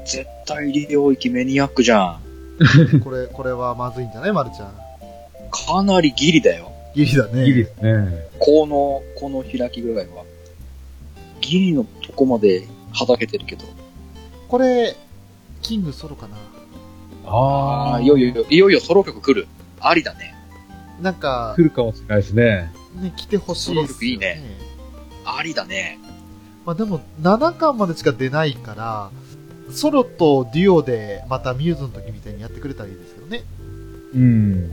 Speaker 2: 絶対利領域メニアックじゃん。
Speaker 6: ん。これ、これはまずいんじゃない、マルちゃん。
Speaker 2: かなりギリだよ。
Speaker 6: ギリだね。
Speaker 3: いいですね。
Speaker 2: この、この開き具合は。ギリのとこまではだけてるけど。
Speaker 6: これ、キングソロかな。
Speaker 3: あ
Speaker 2: あ
Speaker 3: あ、
Speaker 2: あ、いよいよいよ、いよいよソロ曲来る。ありだね。
Speaker 6: なんか、
Speaker 3: 来るかもしれないですね。
Speaker 6: ね、来てほしいですよ、
Speaker 2: ソロ曲いいねありだね。
Speaker 6: まあでも、7巻までしか出ないから、ソロとデュオで、またミューズの時みたいにやってくれたらいいですけどね。
Speaker 3: うん。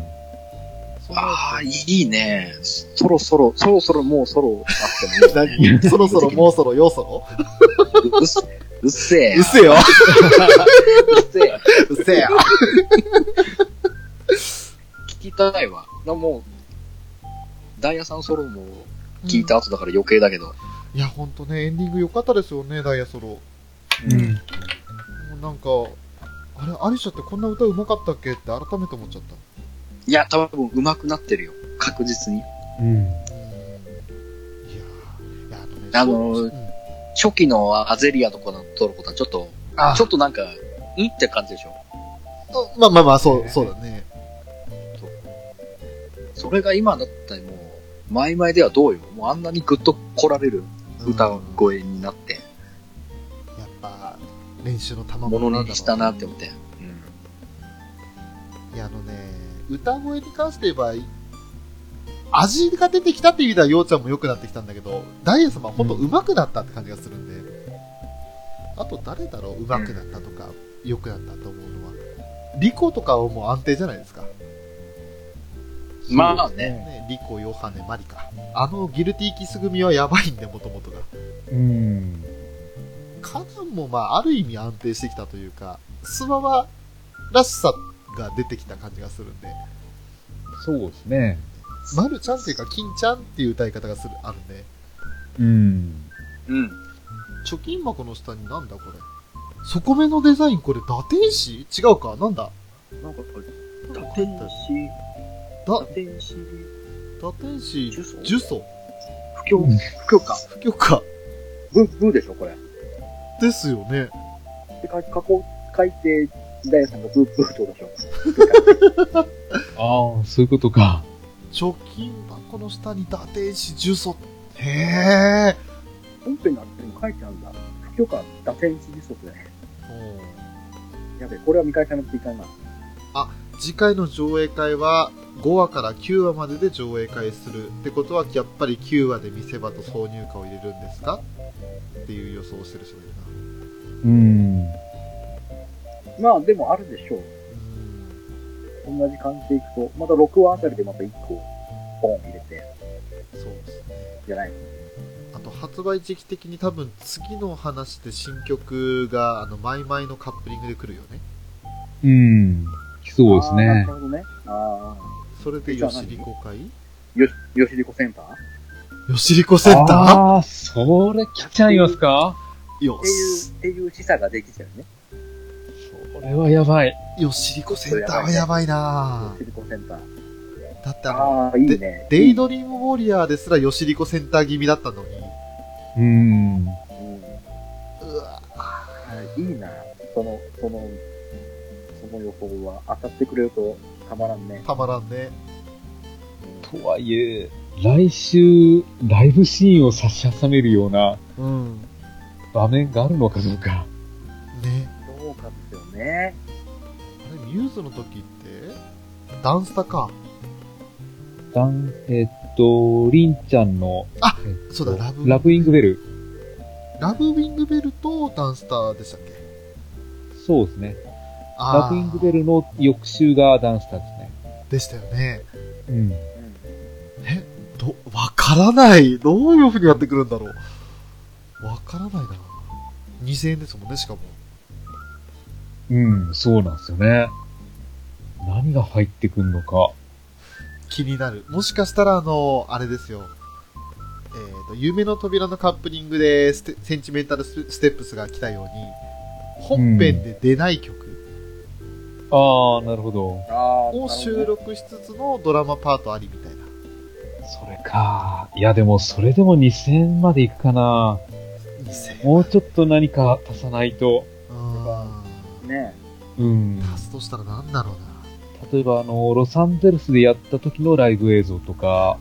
Speaker 6: そう
Speaker 2: ああ、い
Speaker 6: い。
Speaker 2: いね。そろそろ、そろそろもうソロあってもいい、ね。
Speaker 6: 何 そ ろそろ、もうそろ、ようそろ
Speaker 2: うっせうっせえ。
Speaker 6: うっせえよ
Speaker 2: うっせえ。
Speaker 6: うっせえよ
Speaker 2: 聞きたいわ。なもう、ダイヤさんソロも聞いた後だから余計だけど。
Speaker 6: いや、ほんとね、エンディング良かったですよね、ダイヤソロ。も
Speaker 3: うん。
Speaker 6: うなんか、あれ、アリシャってこんな歌うまかったっけって改めて思っちゃっ
Speaker 2: いや、多分上手くなってるよ。確実に。
Speaker 3: うん。
Speaker 6: た。うん。いやーいや、あのね、
Speaker 2: あのー
Speaker 6: うん
Speaker 2: 初期のアゼリアとかのトルコとはちょっと、
Speaker 6: あ
Speaker 2: ちょっとなんか、んって感じでしょ。
Speaker 6: うんまあまあまあ、そう、そうだね。
Speaker 2: それが今だったらもう、前々ではどうよ。もうあんなにグッと来られる歌声になって、
Speaker 6: うんやっぱ、練習の
Speaker 2: も
Speaker 6: 賜物
Speaker 2: の
Speaker 6: なんだろう
Speaker 2: にしたなって思って。うん
Speaker 6: いや、あのね、歌声に関して言えば、味が出てきたっていう意味では、ようちゃんも良くなってきたんだけど、ダイヤ様はほんと上手くなったって感じがするんで、あと誰だろう上手くなったとか、良くなったと思うのは。リコとかはもう安定じゃないですか。
Speaker 2: まあね。
Speaker 6: ね、リコ、ヨハネ、マリカ。あのギルティーキス組はやばいんで、もともとが。
Speaker 3: うん。
Speaker 6: カナンもまあ、ある意味安定してきたというか、スママらしさが出てきた感じがするんで、
Speaker 3: そうですね。
Speaker 6: まるちゃんっていうか、金ちゃんっていう歌い方がする、あるね。
Speaker 3: うん。
Speaker 2: うん。
Speaker 6: 貯金箱の下になんだこれ。底目のデザインこれ、堕天使違うかなんだ
Speaker 2: なんかこれ、
Speaker 6: だ
Speaker 2: 打天使、
Speaker 6: だ
Speaker 2: 打、天使、
Speaker 6: 堕天使、
Speaker 2: 呪詛
Speaker 6: 呪詛
Speaker 2: 不況、不況か。
Speaker 6: 不許可
Speaker 2: ブ、ブでしょ、これ。
Speaker 6: ですよね。
Speaker 2: で、か、加工、書いて、ダイヤさんがブーブーとでしょ。
Speaker 3: ああ、そういうことか。
Speaker 6: 貯金箱の下に堕天使、呪詛へえ。
Speaker 2: 本編にあっても書いてあるんだ。不況か、打天使時速だね。やべえ、これは見返さなくていかんな。
Speaker 6: 次回の上映会は5話から9話までで上映会するってことはやっぱり9話で見せ場と挿入歌を入れるんですかっていう予想をしてる人がいるな
Speaker 3: うん。
Speaker 2: まあ、でもあるでしょう。
Speaker 6: う
Speaker 2: 同じ感じでいくと、また6話あたりでまた1個、ポン入れて、
Speaker 6: ーんそうですね
Speaker 2: じゃない
Speaker 6: あと発売時期的に多分次の話で新曲があのマイマイのカップリングで来るよね
Speaker 3: うん。来そうです
Speaker 2: あーなる
Speaker 3: ね
Speaker 2: ほ。どね。ああ。
Speaker 6: それでよしりこ会
Speaker 2: よし、よしりこセンター
Speaker 6: よしりこセンタ
Speaker 3: ああ、それ来ちゃいますか
Speaker 6: ーよ
Speaker 2: っていう
Speaker 6: し、
Speaker 2: っていう示唆ができちゃうね。
Speaker 3: これはやばい。
Speaker 6: よしりこセンターはやばいな
Speaker 2: よしりこセンター。
Speaker 6: ぁだってあの
Speaker 2: ああ、いいね。
Speaker 6: デイドリームウォリアーですらよしりこセンター気味だったのに
Speaker 3: う
Speaker 2: う
Speaker 3: ん。
Speaker 2: ん
Speaker 6: うわ
Speaker 2: いいな、その、その、その予想は当たってくれるとたまらんね。
Speaker 6: たまらんね
Speaker 3: とはいえ、来週、ライブシーンを差し挟めるような
Speaker 6: うん
Speaker 3: 場面があるのかどうか。
Speaker 6: ね
Speaker 2: どうかですよね。
Speaker 6: あれミューズの時ってダンスタか
Speaker 3: ダン、えっと、リンちゃんの、
Speaker 6: あ
Speaker 3: えっと
Speaker 6: そうだラブ
Speaker 3: ラブイングベル。
Speaker 6: ラブウィングベルとダンスターでしたっけ
Speaker 3: そうですね。
Speaker 6: あー
Speaker 3: ラブイングベルの翌週がダンスターですね。
Speaker 6: でしたよね
Speaker 3: うん。
Speaker 2: うん。
Speaker 6: どわからないどういう風にやってくるんだろうわからないな2000円ですもんねしかも
Speaker 3: うん、そうなんですよね。何が入ってくんのか。
Speaker 6: 気になるもしかしたらあのあれですよえー、と夢の扉のカップリングでステセンチメンタルスステップスが来たように本編で出ない曲
Speaker 3: ああ、なるほど。
Speaker 2: あ
Speaker 6: を収録しつつのドラマパートありみたいな
Speaker 3: それか。いや、でも、それでも2000円までいくかな。
Speaker 6: 2000円
Speaker 3: もうちょっと何か足さないと。
Speaker 6: あ
Speaker 2: ね。
Speaker 3: うん。
Speaker 6: ー足すとしたらなんだろうな
Speaker 3: 例えば、あの、ロサンゼルスでやった時のライブ映像とか、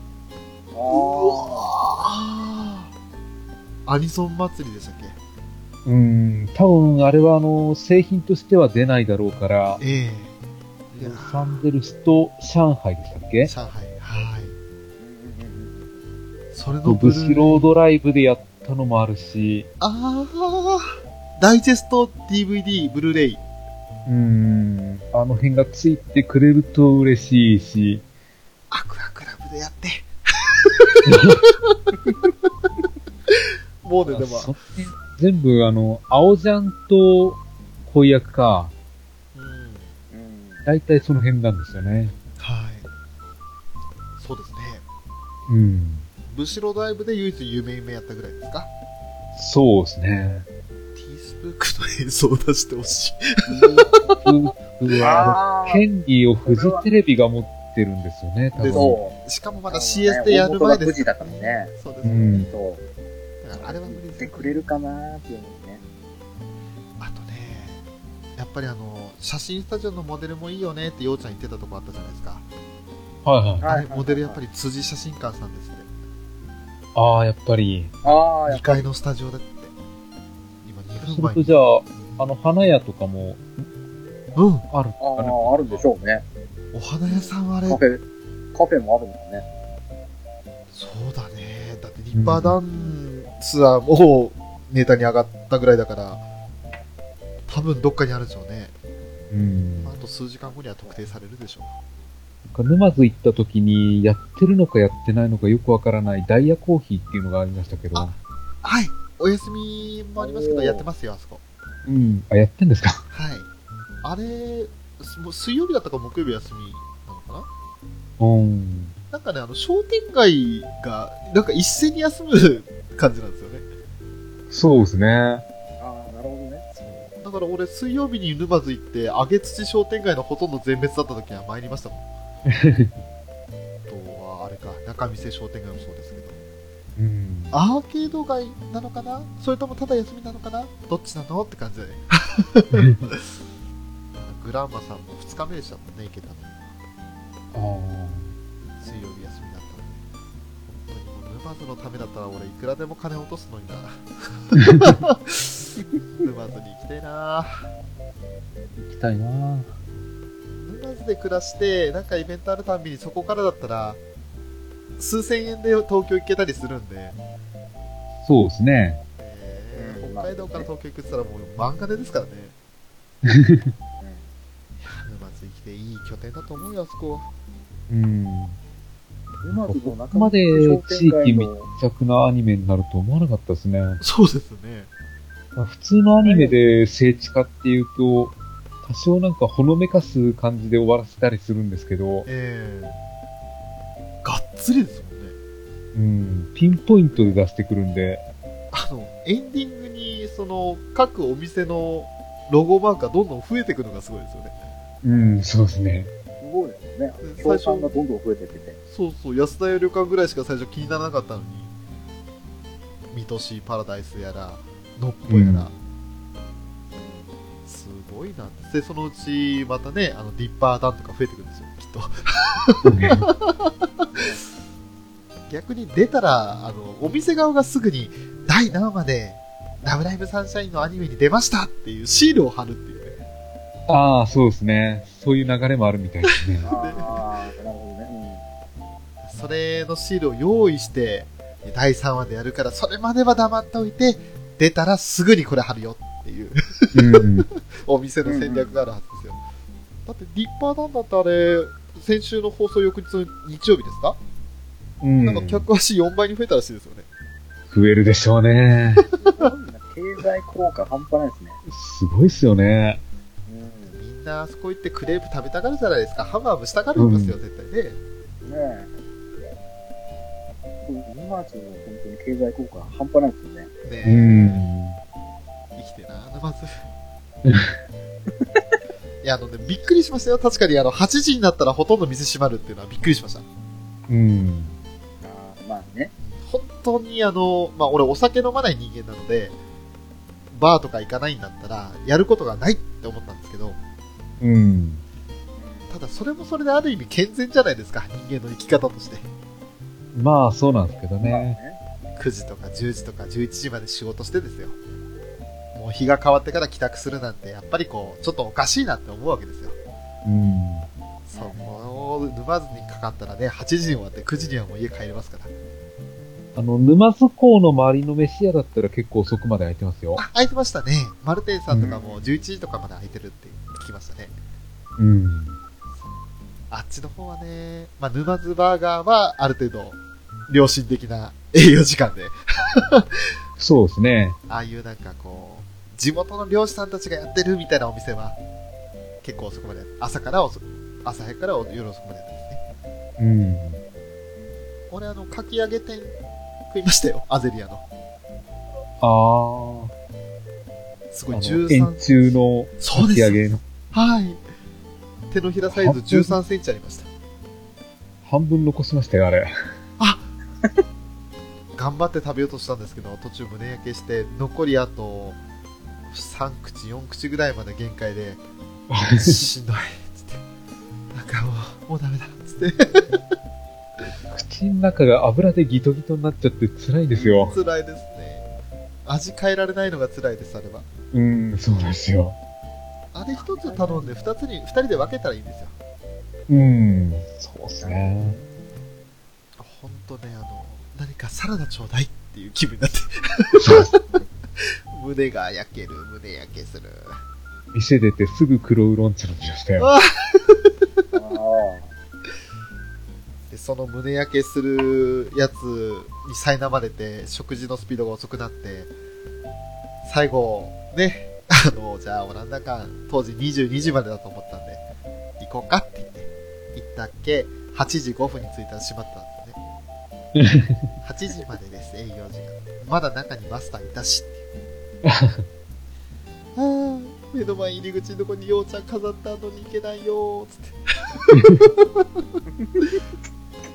Speaker 2: ああ。
Speaker 6: あーアニソン祭りでしたっけ
Speaker 3: うん、多分、あれは、あの、製品としては出ないだろうから、
Speaker 6: ええいや
Speaker 3: ロサンゼルスと上海でしたっけ
Speaker 6: 上海はい
Speaker 2: うんうんうん
Speaker 6: それの
Speaker 3: ブ
Speaker 6: ブル
Speaker 3: シ
Speaker 6: ー
Speaker 3: ロードライブでやったのもあるし、
Speaker 6: ああダイジェスト DVD ブルーレイ
Speaker 3: うん、あの辺がついてくれると嬉しいし、
Speaker 6: アクアクラブでやってもうねで も
Speaker 3: その辺全部あの、青ジャンと婚約か、
Speaker 6: うん
Speaker 2: うん。
Speaker 3: だいたいその辺なんですよね。
Speaker 6: はいそうですね
Speaker 3: うん。
Speaker 6: ブシロドライブで唯一有名やったぐらいですか
Speaker 3: そうですね。
Speaker 6: ティースプークの演奏を出してほしい
Speaker 3: うわ
Speaker 2: ああ。
Speaker 3: 権利をフジテレビが持ってるんですよね、多分。
Speaker 2: そ
Speaker 6: しかも
Speaker 2: う。
Speaker 6: まだ CS でや
Speaker 2: 大
Speaker 6: る前
Speaker 2: 元が
Speaker 6: で
Speaker 2: 富
Speaker 6: す
Speaker 2: 士だからね。
Speaker 6: そうで
Speaker 3: う
Speaker 6: すね、
Speaker 3: ん。
Speaker 2: そう。
Speaker 6: だからあれは無理
Speaker 2: 言
Speaker 6: で
Speaker 2: っ
Speaker 6: す
Speaker 2: て
Speaker 6: ね
Speaker 2: くれるかなーっていうのね。
Speaker 6: あとねやっぱりあの写真スタジオのモデルもいいよねってようちゃん言ってたとこあったじゃないですか
Speaker 3: はいはい。
Speaker 6: あれモデルやっぱり辻写真館さんですって
Speaker 3: ああ、やっぱり。
Speaker 2: ああ、やっ
Speaker 6: 2
Speaker 2: ぱり。
Speaker 6: 階のスタジオだって今2
Speaker 3: す
Speaker 6: 分
Speaker 3: る
Speaker 6: 前
Speaker 3: と
Speaker 6: に
Speaker 3: じゃあ、あの、花屋とかも
Speaker 6: うん
Speaker 3: ある
Speaker 2: あ
Speaker 3: のかな。
Speaker 2: あ、あるんでしょうね。
Speaker 6: お花屋さんはあれ
Speaker 2: カフェ、カフェもあるんだね。
Speaker 6: そうだねだってリッパーダンスはもうネタに上がったぐらいだから多分どっかにあるでしょうね、
Speaker 3: うん
Speaker 6: まあ、。あと数時間後には特定されるでしょ
Speaker 3: なんか沼津行った時に、やってるのかやってないのかよくわからないダイヤコーヒーっていうのがありましたけど
Speaker 6: あ。うはいお休みもありますけど
Speaker 2: おー
Speaker 6: やってますよあそこ
Speaker 3: うん。あ、やってんですか
Speaker 6: はいあれ、すもう水曜日だったか木曜日休みなのかな
Speaker 3: うん。
Speaker 6: なんかね、あの、商店街が、なんか一斉に休む感じなんですよね。
Speaker 3: そうですね。
Speaker 1: ああ、なるほどね。
Speaker 6: だから俺、水曜日に沼津行って、揚げ土商店街のほとんど全滅だった時には参りましたもん。あとは、あれか、中見世商店街もそうですけど。
Speaker 3: うん。
Speaker 6: アーケード街なのかなそれともただ休みなのかなどっちなのって感じで。グランマさんも2日目でしたもんね、行けたの。
Speaker 3: あー
Speaker 6: 水曜日休みだったので。本当にもう沼津のためだったら俺、いくらでも金落とすのに な。沼津に行きたいな
Speaker 3: 行きたいな
Speaker 6: 沼津で暮らして、なんかイベントあるたんびにそこからだったら、数千円で東京行けたりするんで、
Speaker 3: そうですね。
Speaker 6: え
Speaker 1: うん
Speaker 6: ー北海道から東京行くって言ったらもう漫画でですからね。沼津生きていい拠点だと思うよ、あそこ。
Speaker 3: うん。
Speaker 1: 沼津の
Speaker 3: こ
Speaker 1: 中
Speaker 3: こまで地域密
Speaker 1: の
Speaker 3: 着なアニメになると思わなかったですね。
Speaker 6: そうですね。
Speaker 3: まあ普通のアニメで聖地化っていうと、多少なんかほのめかす感じで終わらせたりするんですけど、
Speaker 6: えー、がっつりですもんね。
Speaker 3: うん、ピンポイントで出してくるんで、
Speaker 6: あの、エンディングに、その、各お店のロゴマークがどんどん増えていくのがすごいですよね。
Speaker 3: うん、そうですね。
Speaker 1: すごいですね。
Speaker 6: 最
Speaker 1: 共
Speaker 6: 初
Speaker 1: 産がどんどん増えて ってて。。
Speaker 6: そうそう、安田屋旅館ぐらいしか最初気にならなかったのに、水戸市パラダイスやら、のっぽやら、
Speaker 3: うん
Speaker 6: すごいな。で、そのうち、またね、あの、ディッパー団とか増えてくるんですよ、きっと。逆に出たら、あの、お店側がすぐに、第何話で、ラブライブサンシャインのアニメに出ましたっていうシールを貼るっていうね。
Speaker 3: ああ、そうですね。そういう流れもあるみたいですね
Speaker 1: ああ、なるほどね。
Speaker 6: それのシールを用意して、第3話でやるから、それまでは黙っておいて、出たらすぐにこれ貼るよっていう。
Speaker 3: うん。
Speaker 6: お店の戦略があるはずですよ。だって、立派なんだってあれ、先週の放送翌日の日曜日ですか、
Speaker 3: うん。
Speaker 6: なんか客足4倍に増えたらしいですよね。
Speaker 3: 増えるでしょうね。
Speaker 1: うん。経済効果半端ないですね。
Speaker 3: すごいっすよね。
Speaker 1: う
Speaker 6: みんなあそこ行ってクレープ食べたがるじゃないですか。ハムハムしたがるんですよ、
Speaker 3: う
Speaker 6: 絶対ね。
Speaker 1: ん。ねえ。沼津の本当に経済効果半端ないですよね。
Speaker 6: ね
Speaker 3: う
Speaker 6: え、
Speaker 3: ん。
Speaker 6: 生きてえな、沼津。 いや、あのね、びっくりしましたよ。確かに、あの、8時になったらほとんど店閉まるっていうのはびっくりしました。
Speaker 3: うん。
Speaker 1: あーまあね。
Speaker 6: 本当にあの、まあ、俺お酒飲まない人間なので、バーとか行かないんだったら、やることがないって思ったんですけど、
Speaker 3: うん。
Speaker 6: ただそれもそれである意味健全じゃないですか人間の生き方として
Speaker 3: まあ、そうなんですけどね。
Speaker 6: 9時とか10時とか11時まで仕事してですよもう日が変わってから帰宅するなんてやっぱりこうちょっとおかしいなって思うわけですよ
Speaker 3: うん。
Speaker 6: そこを沼津にかかったらね8時に終わって9時にはもう家帰れますから
Speaker 3: あの、沼津港の周りの飯屋だったら結構遅くまで空いてますよ。
Speaker 6: あ空いてましたねマルテンさんとかも11時とかまで空いてるって聞きましたね
Speaker 3: うん。
Speaker 6: あっちの方はね、まあ、沼津バーガーはある程度良心的な営業時間で
Speaker 3: そうですね。
Speaker 6: ああいうなんかこう、地元の漁師さんたちがやってるみたいなお店は、結構遅くまで、朝から遅く、朝早くから夜遅くまでやってま
Speaker 3: う
Speaker 6: すね。
Speaker 3: ん。
Speaker 6: 俺あの、かき揚げ店食いましたよ、アゼリアの。
Speaker 3: あー
Speaker 6: す
Speaker 3: あ
Speaker 6: ごい、
Speaker 3: の。
Speaker 6: 13
Speaker 3: 円、柱の
Speaker 6: そうです
Speaker 3: き上げの
Speaker 6: はい。手のひらサイズ13センチありました。
Speaker 3: 半分残しましたよ、あれ。
Speaker 6: 頑張って食べようとしたんですけど、途中胸焼けして、残りあと、3口、4口ぐらいまで限界で、しんどい、つって。なんかもう、もうダメだ、つって。
Speaker 3: 口の中が油でギトギトになっちゃって辛いですよ。
Speaker 6: 辛いですね味変えられないのが辛いですあれは
Speaker 3: うん、そうなんですよ。
Speaker 6: あれ一つ頼んで二つに二人で分けたらいいんですよ
Speaker 3: うん。そうですね。
Speaker 6: 本当ねあの何かサラダちょうだいっていう気分になって
Speaker 3: そうっす
Speaker 6: 胸が焼ける胸焼けする
Speaker 3: 店出てすぐ黒ウーロン茶飲みましたよ。
Speaker 1: ああ。
Speaker 6: でその胸焼けするやつに苛まれて食事のスピードが遅くなって最後ね 今日じゃあオランダ間、当時22時までだと思ったんで、行こうかって言って、行ったっけ、8時5分に着いたら閉まったんでね。8時までです、営業時間。まだ中にマスターいたしっていう。ああ、目の前入り口のとこにようちゃん飾ったのに行けないよー、つって。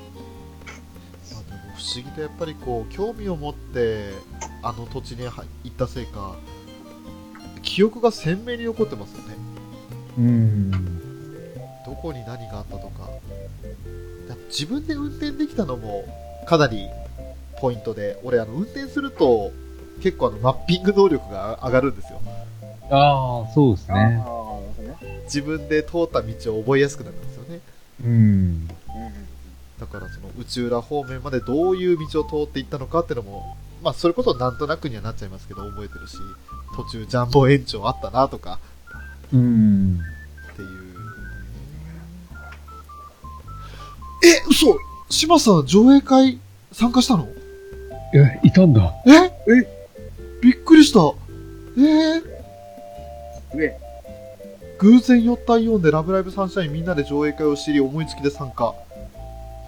Speaker 6: まあ、でも不思議とやっぱりこう興味を持ってあの土地に入行ったせいか記憶が鮮明に残ってますよね
Speaker 3: うん。
Speaker 6: どこに何があったとかだ自分で運転できたのもかなりポイントで俺あの運転すると結構あのマッピング能力が上がるんですよ
Speaker 3: ああ、そうです
Speaker 7: あーなる
Speaker 3: ね。
Speaker 7: ほどね。
Speaker 6: 自分で通った道を覚えやすくなるんですよね
Speaker 3: うん。
Speaker 7: うんうん
Speaker 6: だからその内浦方面までどういう道を通っていったのかっていうのも、まあそれこそなんとなくにはなっちゃいますけど覚えてるし、途中ジャンボ延長あったなとか
Speaker 3: うん。
Speaker 6: っていう。え、嘘島さん上映会参加したの
Speaker 3: え、いたんだ。
Speaker 6: ええびっくりした。えー、
Speaker 7: 上。
Speaker 6: 偶然4対4でラブライブサンシャインみんなで上映会を知り思いつきで参加。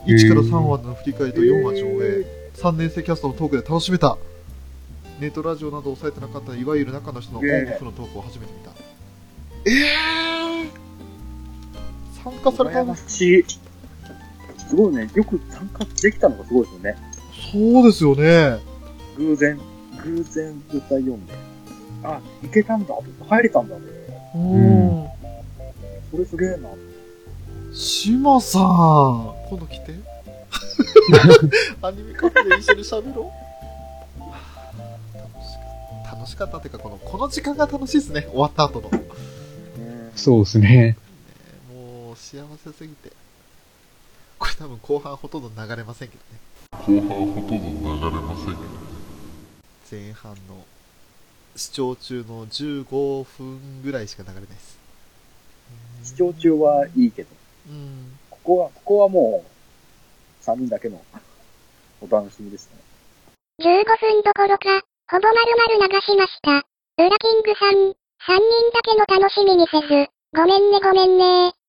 Speaker 6: 1から3話の振り返りと4話上映。3年生キャストのトークで楽しめたネットラジオなどを抑えてなかったいわゆる中の人のオンオフのトークを初めて見たええー、参加された
Speaker 7: 羨
Speaker 6: の
Speaker 7: ましい。すごいね。よく参加できたのがすごいですよね。
Speaker 6: そうですよね
Speaker 7: 偶然、偶然絶対読んで。あ、行けたんだ。入れたんだ。
Speaker 6: うん
Speaker 7: それすげえな。
Speaker 6: 志麻さん今度来てアニメカフェで一緒に喋ろう楽しかった楽しかったっていうかこのこの時間が楽しいですね終わった後の
Speaker 3: そうですね。
Speaker 6: もう幸せすぎてこれ多分後半ほとんど流れませんけどね後半ほとんど流れませんけど前半の視聴中の15分ぐらいしか流れないです
Speaker 7: 視聴中はいいけど、
Speaker 6: うん
Speaker 7: ここは、ここはもう、3人だけのお楽しみですね。
Speaker 5: 15分どころか、ほぼ丸々流しました。ウラキングさん、3人だけの楽しみにせず、ごめんねごめんね